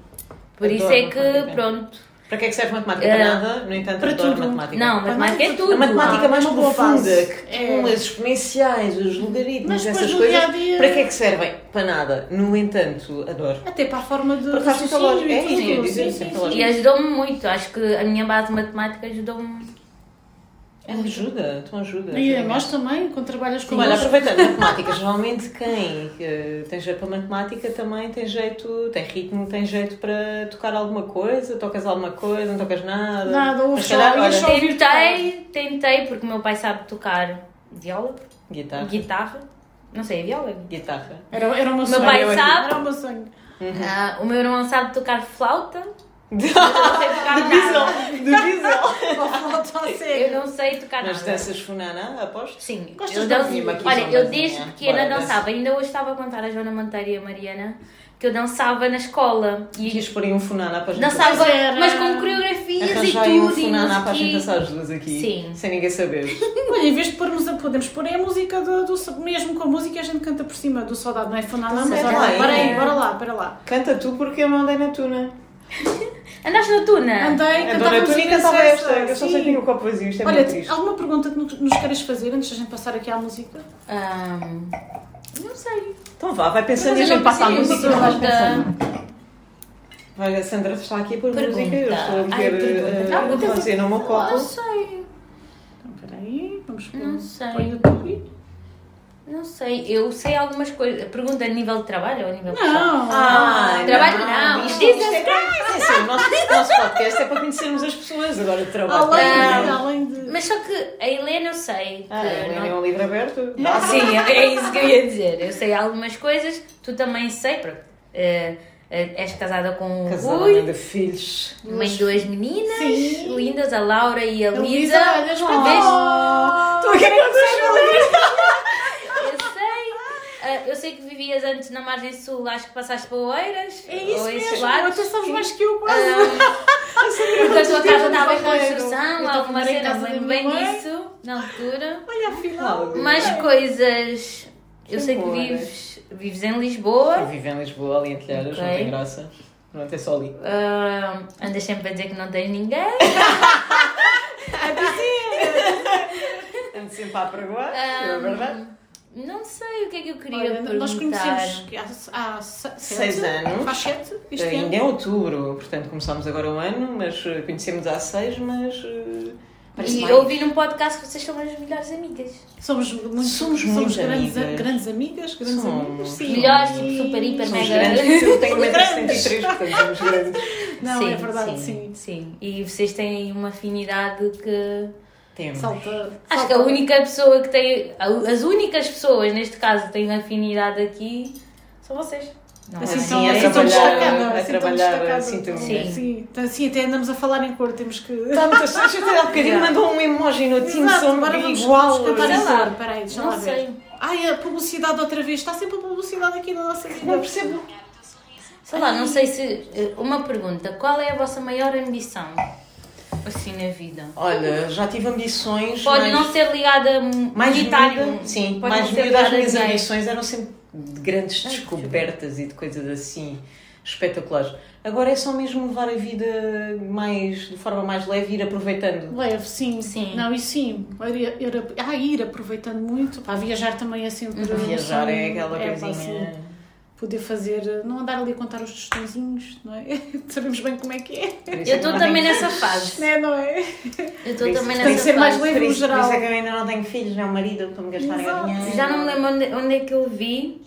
Speaker 2: Por
Speaker 3: Adoro
Speaker 2: isso é que,
Speaker 3: matemática.
Speaker 2: pronto.
Speaker 3: Para que é que serve matemática? Para nada, no entanto,
Speaker 1: Eh, para
Speaker 3: adoro
Speaker 1: tudo.
Speaker 3: matemática.
Speaker 2: Não, matemática é tudo.
Speaker 3: A matemática
Speaker 1: Ah,
Speaker 3: mais
Speaker 1: é uma boa
Speaker 3: profunda,
Speaker 1: base.
Speaker 3: que
Speaker 1: É.
Speaker 3: com as exponenciais, os logaritmos,
Speaker 1: Mas depois
Speaker 3: essas
Speaker 1: no
Speaker 3: coisas,
Speaker 1: dia-a-dia-
Speaker 3: para que é que servem? Para nada. No entanto, adoro.
Speaker 1: Até para a forma de
Speaker 3: Por acaso,
Speaker 1: raciocínio
Speaker 3: é,
Speaker 1: e
Speaker 3: é,
Speaker 1: tudo.
Speaker 3: é,
Speaker 1: Sim,
Speaker 3: é,
Speaker 1: sim,
Speaker 3: é,
Speaker 1: sim.
Speaker 3: é,
Speaker 2: E ajudou-me muito. Acho que a minha base de matemática ajudou-me.
Speaker 3: Ajuda, tu ajuda.
Speaker 1: É E a nós também, quando trabalhas com
Speaker 3: Olha,
Speaker 1: nós.
Speaker 3: aproveitando matemática, geralmente quem eh, tem jeito para matemática também tem jeito, tem ritmo, tem jeito para tocar alguma coisa, tocas alguma coisa, não tocas nada.
Speaker 1: Nada, ouve
Speaker 3: Mas
Speaker 1: só,
Speaker 3: calhar,
Speaker 1: olha
Speaker 3: olha,
Speaker 1: só. ouvir
Speaker 2: Tentei, tentei, porque o meu pai sabe tocar viola,
Speaker 3: guitarra.
Speaker 2: guitarra. Não sei, é viola.
Speaker 3: Guitarra.
Speaker 1: Era, era o meu sonho.
Speaker 2: pai
Speaker 1: era,
Speaker 2: sabe.
Speaker 1: Era o meu sonho.
Speaker 3: Uhum.
Speaker 2: Ah, o meu irmão sabe tocar flauta.
Speaker 3: Do
Speaker 2: Não sei tocar
Speaker 3: bisel,
Speaker 2: nada.
Speaker 3: do bisel.
Speaker 1: Ou falta a
Speaker 2: Eu
Speaker 1: sério.
Speaker 2: não sei tocar
Speaker 3: Nas
Speaker 2: nada.
Speaker 3: danças funaná, aposto.
Speaker 2: Sim,
Speaker 1: Gostas
Speaker 2: eu
Speaker 1: de
Speaker 2: danço.
Speaker 3: ouvir-me aqui
Speaker 2: Olha,
Speaker 3: só
Speaker 2: eu
Speaker 3: mais
Speaker 2: desde
Speaker 3: uma?
Speaker 2: pequena
Speaker 3: Bora, dança.
Speaker 2: dançava. Ainda hoje estava a contar à Joana Monteiro e a Mariana que eu dançava na escola.
Speaker 3: E
Speaker 2: E
Speaker 3: ias pôr aí um funaná para a gente
Speaker 2: dançava,
Speaker 1: Pois era.
Speaker 2: mas com coreografias e
Speaker 3: Arranjar aí um
Speaker 2: tudo. E
Speaker 3: funaná para
Speaker 2: não
Speaker 3: a gente
Speaker 2: sei
Speaker 3: dançar
Speaker 2: quê.
Speaker 3: as duas aqui.
Speaker 2: Sim.
Speaker 3: Sem ninguém saber.
Speaker 1: Olha, em vez de pormos a. Podemos pôr é a música do, do- Mesmo com a música, a gente canta por cima do Saudade, não é Fonada, mas
Speaker 3: certo.
Speaker 1: olha lá,
Speaker 3: Bem.
Speaker 1: bora aí, bora lá, bora lá.
Speaker 3: Canta tu porque eu não andei na tuna.
Speaker 2: Andaste na tuna?
Speaker 1: Andei,
Speaker 3: A
Speaker 1: cantava
Speaker 3: É, dona Tuna
Speaker 1: música
Speaker 3: cantava
Speaker 1: dessa,
Speaker 3: esta. Eu só
Speaker 1: sim.
Speaker 3: sei que tinha o copo vazio. Isto é
Speaker 1: Olha,
Speaker 3: muito triste.
Speaker 1: alguma pergunta que nos nos queiras fazer antes da gente passar aqui à música?
Speaker 2: Ahm, não sei.
Speaker 3: Então vá, vai
Speaker 2: Mas
Speaker 3: pensando e a
Speaker 2: eu
Speaker 3: gente
Speaker 2: não
Speaker 3: passa a
Speaker 2: preciso,
Speaker 3: música. Vais
Speaker 2: pergunta.
Speaker 3: pensando. Vai, a Sandra está aqui por
Speaker 2: Pergunta.
Speaker 3: música. Eu estou a
Speaker 2: Ai,
Speaker 3: ver
Speaker 2: pergunta.
Speaker 3: eh,
Speaker 2: Não,
Speaker 3: vou fazer no meu
Speaker 2: Não
Speaker 3: copo.
Speaker 2: sei.
Speaker 1: Então, Espera aí, vamos pôr. um
Speaker 2: Não sei.
Speaker 1: Põe o tubi.
Speaker 2: Não sei. Eu sei algumas coisas. Pergunta é a nível de trabalho ou a nível pessoal?
Speaker 1: Não!
Speaker 3: Ai,
Speaker 2: Trabalho não.
Speaker 3: Ah, Isto,
Speaker 2: Jesus
Speaker 3: isto é, é assim, o nosso, o nosso podcast é para conhecermos as pessoas. Agora de trabalho.
Speaker 1: Além, de-
Speaker 3: não.
Speaker 1: além de.
Speaker 2: Mas só que a Helena eu sei.
Speaker 3: Ah,
Speaker 2: que
Speaker 3: Helena
Speaker 2: não-
Speaker 3: é um livro aberto.
Speaker 2: Ah, Sim, é isso que eu ia dizer. Eu sei algumas coisas, tu também sei. Pronto. Eh, eh, és casada com o
Speaker 3: Casada,
Speaker 2: Rui,
Speaker 3: mãe de filhos.
Speaker 2: mãe de duas meninas
Speaker 1: Sim.
Speaker 2: lindas, a Laura e a
Speaker 1: Elisa,
Speaker 2: Lisa.
Speaker 1: olha, Oh! João.
Speaker 3: Estou a querer que
Speaker 2: Eu sei. Ah, eu sei que vivias antes na margem sul, acho que passaste para Oeiras.
Speaker 1: É isso
Speaker 2: ou esses
Speaker 1: mesmo,
Speaker 2: lados.
Speaker 1: até sabes
Speaker 2: Sim.
Speaker 1: mais que eu quase.
Speaker 2: Ah, Porque a tua casa estava em
Speaker 1: Ferreiro.
Speaker 2: construção,
Speaker 1: Eu estava
Speaker 2: alguma
Speaker 1: a morar em
Speaker 2: cena,
Speaker 1: casa da
Speaker 2: lembro
Speaker 1: minha
Speaker 2: bem
Speaker 1: mãe. É.
Speaker 2: disso, na altura.
Speaker 1: Olha, afinal.
Speaker 2: Mais coisas. Eu sei que
Speaker 3: Embora.
Speaker 2: vives, vives em Lisboa.
Speaker 3: Vive em Lisboa, ali em Telheiras, não
Speaker 2: Ok.
Speaker 3: tem graça. Não tem só ali.
Speaker 2: Ah, andas sempre a dizer que não tens ninguém.
Speaker 3: Ando sempre a pergoar,
Speaker 2: Ah,
Speaker 3: é verdade.
Speaker 2: Não sei o que é que eu queria
Speaker 1: Olha,
Speaker 2: perguntar.
Speaker 1: nós conhecemos que há, há se-
Speaker 3: Seis
Speaker 1: sete,
Speaker 3: anos.
Speaker 1: Faz sete, este
Speaker 3: Ainda
Speaker 1: ano.
Speaker 3: é outubro, portanto começámos agora o ano, mas eh, conhecemos há seis, mas eh,
Speaker 2: e
Speaker 4: Parece bem.
Speaker 2: ouvir um podcast que vocês são as melhores amigas.
Speaker 1: Somos muito,
Speaker 3: Somos
Speaker 1: somos
Speaker 3: muito
Speaker 1: grandes,
Speaker 3: amigas.
Speaker 1: grandes amigas, grandes
Speaker 3: Somos.
Speaker 1: amigos, sim.
Speaker 2: Melhores, tipo, super, hiper,
Speaker 3: Somos
Speaker 2: mega.
Speaker 3: é grandes, eu tenho
Speaker 1: Grandes.
Speaker 3: 1,73m, portanto somos grandes.
Speaker 1: Não, é verdade, sim.
Speaker 2: sim. E vocês têm uma afinidade que.
Speaker 3: Temos.
Speaker 1: Salta,
Speaker 2: Acho
Speaker 1: salta-
Speaker 2: que é a única pessoa que tem. As únicas pessoas, neste caso, que têm afinidade aqui são vocês. Não
Speaker 1: Assim,
Speaker 2: é?
Speaker 1: tão,
Speaker 3: a
Speaker 1: assim tão
Speaker 3: Ah, trabalhar-
Speaker 1: destacada.
Speaker 3: a
Speaker 1: assim tão
Speaker 3: trabalhar,
Speaker 1: destacada.
Speaker 3: assim, tão-
Speaker 1: sim.
Speaker 2: Sim.
Speaker 1: Então, assim, até andamos a falar em cor, temos que.
Speaker 3: Tá, muitas pessoas até há bocadinho mandou um emoji no Team,
Speaker 1: Exato,
Speaker 3: somos
Speaker 1: agora vamos-
Speaker 3: igual.
Speaker 1: vamos cantar
Speaker 2: Sei
Speaker 1: em
Speaker 2: lá.
Speaker 1: cor, peraí, deixa
Speaker 2: Não
Speaker 1: lá ver.
Speaker 2: sei.
Speaker 1: Ai, a publicidade outra vez, está sempre a publicidade aqui na nossa vida.
Speaker 3: Não percebo.
Speaker 2: Sei lá, não sei se. eh, Uma pergunta: qual é a vossa maior ambição? Assim na vida?
Speaker 3: Olha, já tive ambições.
Speaker 2: Pode
Speaker 3: mas-
Speaker 2: não ser ligada a um
Speaker 3: mais
Speaker 2: militar,
Speaker 3: miúda, sim,
Speaker 2: pode
Speaker 3: mais
Speaker 2: não ser Ah,
Speaker 3: miúda as
Speaker 2: ligada a
Speaker 3: minhas
Speaker 2: ninguém.
Speaker 3: ambições eram sempre de grandes descobertas e de coisas assim espetaculares. Agora é só mesmo levar a vida mais, de forma mais leve e ir aproveitando.
Speaker 1: Leve, sim.
Speaker 2: Sim.
Speaker 1: Não, e sim. Ir, ir- ah, ir aproveitando muito. Pá, viajar também é sempre.
Speaker 3: Viajar é aquela
Speaker 1: é, pá,
Speaker 3: coisinha.
Speaker 1: sim. Poder fazer. Não andar ali a contar os tostõezinhos, não é? Sabemos bem como é que é.
Speaker 2: Eu estou também nessa fase.
Speaker 1: Não é? Não é?
Speaker 2: Eu estou também nessa
Speaker 1: Tem que ser mais
Speaker 2: fase.
Speaker 1: leve
Speaker 3: Por
Speaker 1: no
Speaker 3: isso, por
Speaker 1: geral.
Speaker 3: isso é que eu ainda não tenho filhos, não é o marido, estou-me a gastar a
Speaker 1: Exato.
Speaker 3: dinheiro.
Speaker 2: Já não me lembro onde, onde é que eu vi.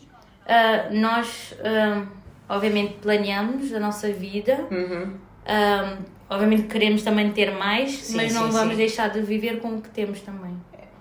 Speaker 2: Ah, nós, ah, obviamente, planeamos a nossa vida.
Speaker 3: Uhum.
Speaker 2: Ah, obviamente, queremos também ter mais,
Speaker 3: Sim,
Speaker 2: mas
Speaker 3: sim,
Speaker 2: não vamos
Speaker 3: sim.
Speaker 2: deixar de viver com o que temos também.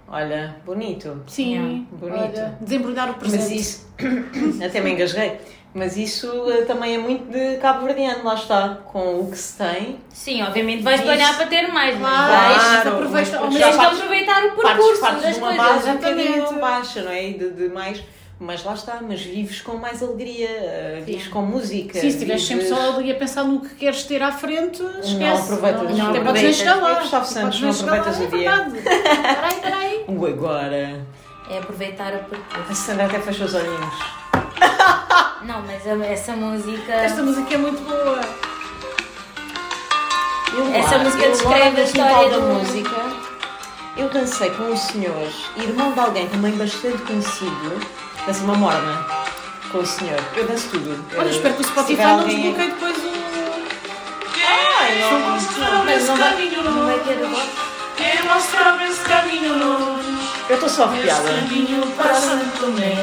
Speaker 3: Olha, bonito.
Speaker 1: Sim.
Speaker 3: Yeah, bonito.
Speaker 1: Olha, desembrulhar o presente.
Speaker 3: Mas isso, até me engasguei, mas isso eh, também é muito de cabo-verdiano, lá está, com o que se tem.
Speaker 2: Sim, obviamente, vais
Speaker 3: Isso.
Speaker 2: planear para ter mais, mas
Speaker 1: Claro,
Speaker 2: vais.
Speaker 1: mas é aproveita ao
Speaker 3: mas
Speaker 2: Mas
Speaker 1: já
Speaker 2: tens de
Speaker 3: faz-
Speaker 2: aproveitar o
Speaker 3: partes,
Speaker 2: percurso
Speaker 3: partes
Speaker 2: das
Speaker 3: de uma
Speaker 2: coisas.
Speaker 3: base um bocadinho
Speaker 1: exatamente.
Speaker 3: baixa, não é? De, de mais, mas lá está, mas vives com mais alegria, eh, vives com música.
Speaker 1: Sim, se estiveres sempre
Speaker 3: vives-
Speaker 1: só ali a pensar no que queres ter à frente, esquece.
Speaker 3: Não aproveitas.
Speaker 1: Não,
Speaker 2: Não
Speaker 1: até podes nem
Speaker 2: aproveitas.
Speaker 1: chegar lá.
Speaker 3: É Gustavo Santos,
Speaker 1: Podes nem
Speaker 3: não
Speaker 1: chegar
Speaker 3: aproveitas
Speaker 1: lá, é verdade. Peraí, peraí.
Speaker 3: O agora.
Speaker 2: É aproveitar o percurso.
Speaker 3: A Sandra até fecha os olhinhos.
Speaker 2: Não, mas a- essa música.
Speaker 1: Esta música é muito boa.
Speaker 3: Eu
Speaker 2: Essa
Speaker 3: lá,
Speaker 2: música
Speaker 3: eu lá
Speaker 2: descreve
Speaker 3: no
Speaker 2: a
Speaker 3: Quintal
Speaker 2: história
Speaker 3: da
Speaker 2: do-
Speaker 3: música. Eu dancei com um senhor, irmão de alguém também bastante conhecido, dancei uma morna com o senhor. Eu danço tudo.
Speaker 1: Olha,
Speaker 3: Eu-
Speaker 1: espero que o
Speaker 3: É. se
Speaker 1: Spotify
Speaker 3: tiver
Speaker 1: não
Speaker 3: alguém-
Speaker 1: desbloqueie depois o.
Speaker 3: Ai, não,
Speaker 1: Mas não vai-
Speaker 2: Não é que é do vosso?
Speaker 5: Que mostraba esse caminho longe,
Speaker 3: Eu estou só
Speaker 5: esse
Speaker 3: arrepiada.
Speaker 5: caminho para Santo Tomé.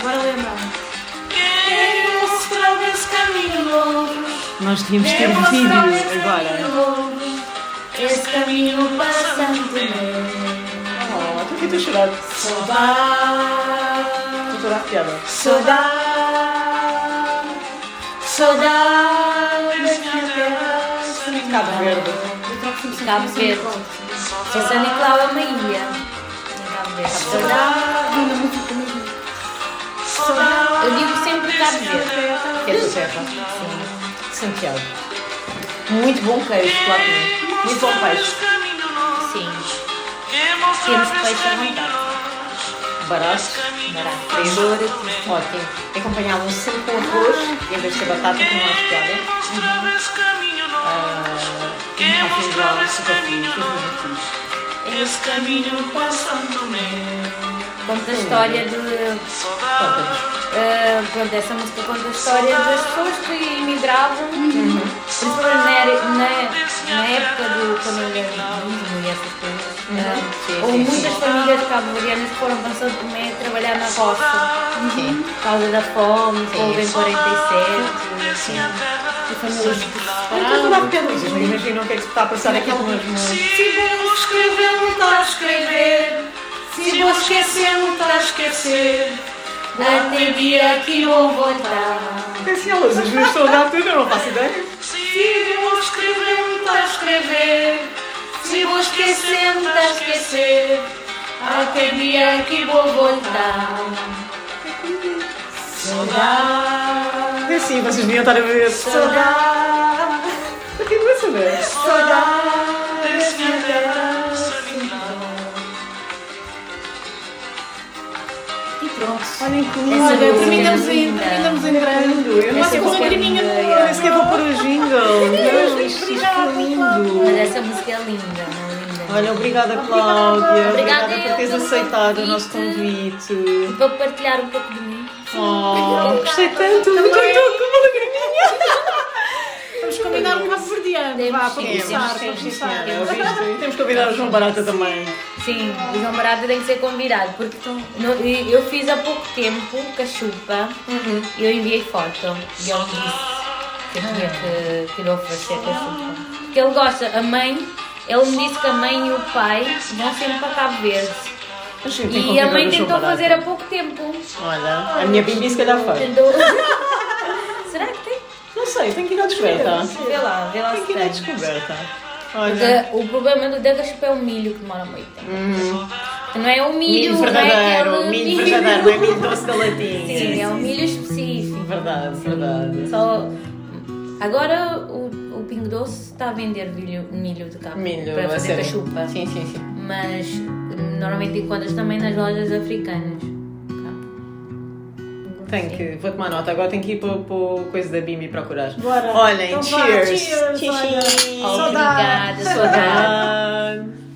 Speaker 1: Bora lembrar.
Speaker 5: Que mostraba esse caminho longe,
Speaker 3: Nós devíamos ter
Speaker 5: que mostraba esse
Speaker 3: vídeo agora.
Speaker 5: caminho longe, esse caminho para Santo Tomé.
Speaker 3: Oh, estou aqui, estou a chorar. Estou
Speaker 5: Saudade,
Speaker 3: toda arrepiada.
Speaker 5: saudade, saudade da minha terra, Santo
Speaker 3: Cabo Verde.
Speaker 1: Eu troco sempre
Speaker 2: Cabo
Speaker 1: sempre
Speaker 2: Verde.
Speaker 1: sempre.
Speaker 2: É São Nicolau é uma ilha. Em Cabo Verde.
Speaker 5: Saudade,
Speaker 1: Não, não, muito mesmo.
Speaker 5: saudade
Speaker 2: Eu digo sempre Cabo
Speaker 5: da minha
Speaker 2: Verde.
Speaker 5: terra.
Speaker 3: Que é do Serra. Santiago. Muito bom queijo, claro. Muito bom peixe.
Speaker 5: Caminho longe.
Speaker 2: Sim.
Speaker 5: Temos
Speaker 2: peixe à
Speaker 3: Barato.
Speaker 2: Barato.
Speaker 3: Vendedor. Ótimo. E Acompanhavam sempre com arroz, em vez de ser batata, com mais piada. Ah, e um feijão super fixe, muito fixe.
Speaker 5: Esse caminho passando meu
Speaker 2: Conta a história de.
Speaker 3: Conta-nos.
Speaker 2: ah, pronto, essa música conta a história das pessoas que imigravam. Principalmente na, era- na, na época do colonialismo e essas coisas. Ah,
Speaker 3: Sim,
Speaker 2: Houve
Speaker 3: sim,
Speaker 2: muitas
Speaker 3: sim.
Speaker 2: famílias cabo-verdianas que foram para São Tomé trabalhar na roça. Uhum.
Speaker 3: Sim.
Speaker 2: Por causa da fome, que houve em 47.
Speaker 1: E famílias que se
Speaker 3: Eu estou
Speaker 1: separaram.
Speaker 3: toda arrepiada. Vocês não imaginam o que é que se está a passar aqui com as mãos.
Speaker 5: Se vou escrever, não está a escrever Se vou esquecer, não está a esquecer Até dia que vou voltar
Speaker 3: Assim, elas, as minhas estão a dar tudo, eu não faço ideia.
Speaker 5: Se vou escrever, não está a escrever Se vou esquecer, não está a esquecer Até dia que vou voltar Saudade
Speaker 3: É assim, vocês deviam estar a ver.
Speaker 5: Saudade
Speaker 3: Para quem vai saber?
Speaker 5: Saudades, é minha terra,
Speaker 1: E pronto. Olhem que lindo.
Speaker 2: Essa
Speaker 1: Olha,
Speaker 2: música
Speaker 1: terminamos
Speaker 2: é
Speaker 1: em,
Speaker 2: linda.
Speaker 1: terminamos em grande.
Speaker 3: Eu não
Speaker 1: Quase
Speaker 3: sei
Speaker 1: com uma
Speaker 3: como é que
Speaker 1: griminha no
Speaker 3: Eu nem sequer vou pôr o jingle. Não, isto
Speaker 1: obrigada,
Speaker 3: ficou lindo.
Speaker 2: Mas essa música é linda, não é linda?
Speaker 3: Olha, obrigada, Cláudia.
Speaker 2: Obrigada
Speaker 3: Obrigada por
Speaker 2: eu
Speaker 3: teres
Speaker 2: pelo
Speaker 3: aceitado o nosso
Speaker 2: convite.
Speaker 3: convite.
Speaker 2: Para partilhar um pouco de mim. um
Speaker 3: Oh, gostei tanto. Estou com uma lagriminha.
Speaker 1: Vamos combinar um cabo verdiano.
Speaker 2: Temos
Speaker 1: vá.
Speaker 3: Ah, para
Speaker 2: Sim,
Speaker 3: começar, para
Speaker 2: temos- sim, sim,
Speaker 3: começar.
Speaker 2: sim,
Speaker 3: ouviste? Temos que convidar o João Barata também.
Speaker 2: Sim, o João Barata tem que ser convidado, porque no- e eu fiz há pouco tempo cachupa
Speaker 3: Uhum.
Speaker 2: e eu enviei foto e ele disse que eu tinha que, que lhe oferecer cachupa. Porque ele gosta, a mãe, ele me disse que a mãe e o pai vão sempre para Cabo Verde.
Speaker 3: Mas sim, tem que
Speaker 2: E
Speaker 3: convidar
Speaker 2: a
Speaker 3: o
Speaker 2: mãe
Speaker 3: João
Speaker 2: tentou
Speaker 3: Barata.
Speaker 2: fazer há pouco tempo.
Speaker 3: Olha, a minha bimbi se calhar faz.
Speaker 2: Tentou. Será que tem?
Speaker 3: Não sei, tenho que ir à descoberta.
Speaker 2: Vê lá, vê lá
Speaker 3: Tenho
Speaker 2: se
Speaker 3: que ir à
Speaker 2: tem.
Speaker 3: descoberta. Olha.
Speaker 2: Porque o problema do Degaspa é o milho que demora muito tempo. Não é o milho,
Speaker 3: Uhum. Milho
Speaker 2: não é
Speaker 3: verdadeiro,
Speaker 2: aquele
Speaker 3: milho verdadeiro, não é milho doce da latinha.
Speaker 2: Sim, é um milho específico.
Speaker 3: Verdade, verdade.
Speaker 2: Só. Agora o, o Pingo Doce está a vender milho, milho de cabo
Speaker 3: Milho,
Speaker 2: para fazer
Speaker 3: a sério.
Speaker 2: cachupa.
Speaker 3: Sim, sim, sim.
Speaker 2: Mas hum, normalmente encontras também nas lojas africanas.
Speaker 3: Tenho que, vou tomar nota, agora tenho que ir para o coisa da Bimbi procurar.
Speaker 1: Bora.
Speaker 3: Olhem,
Speaker 1: Então vá,
Speaker 3: cheers!
Speaker 1: cheers,
Speaker 3: Cheers!
Speaker 1: olha.
Speaker 2: Obrigada, saudade.
Speaker 3: Saudade! Saudade.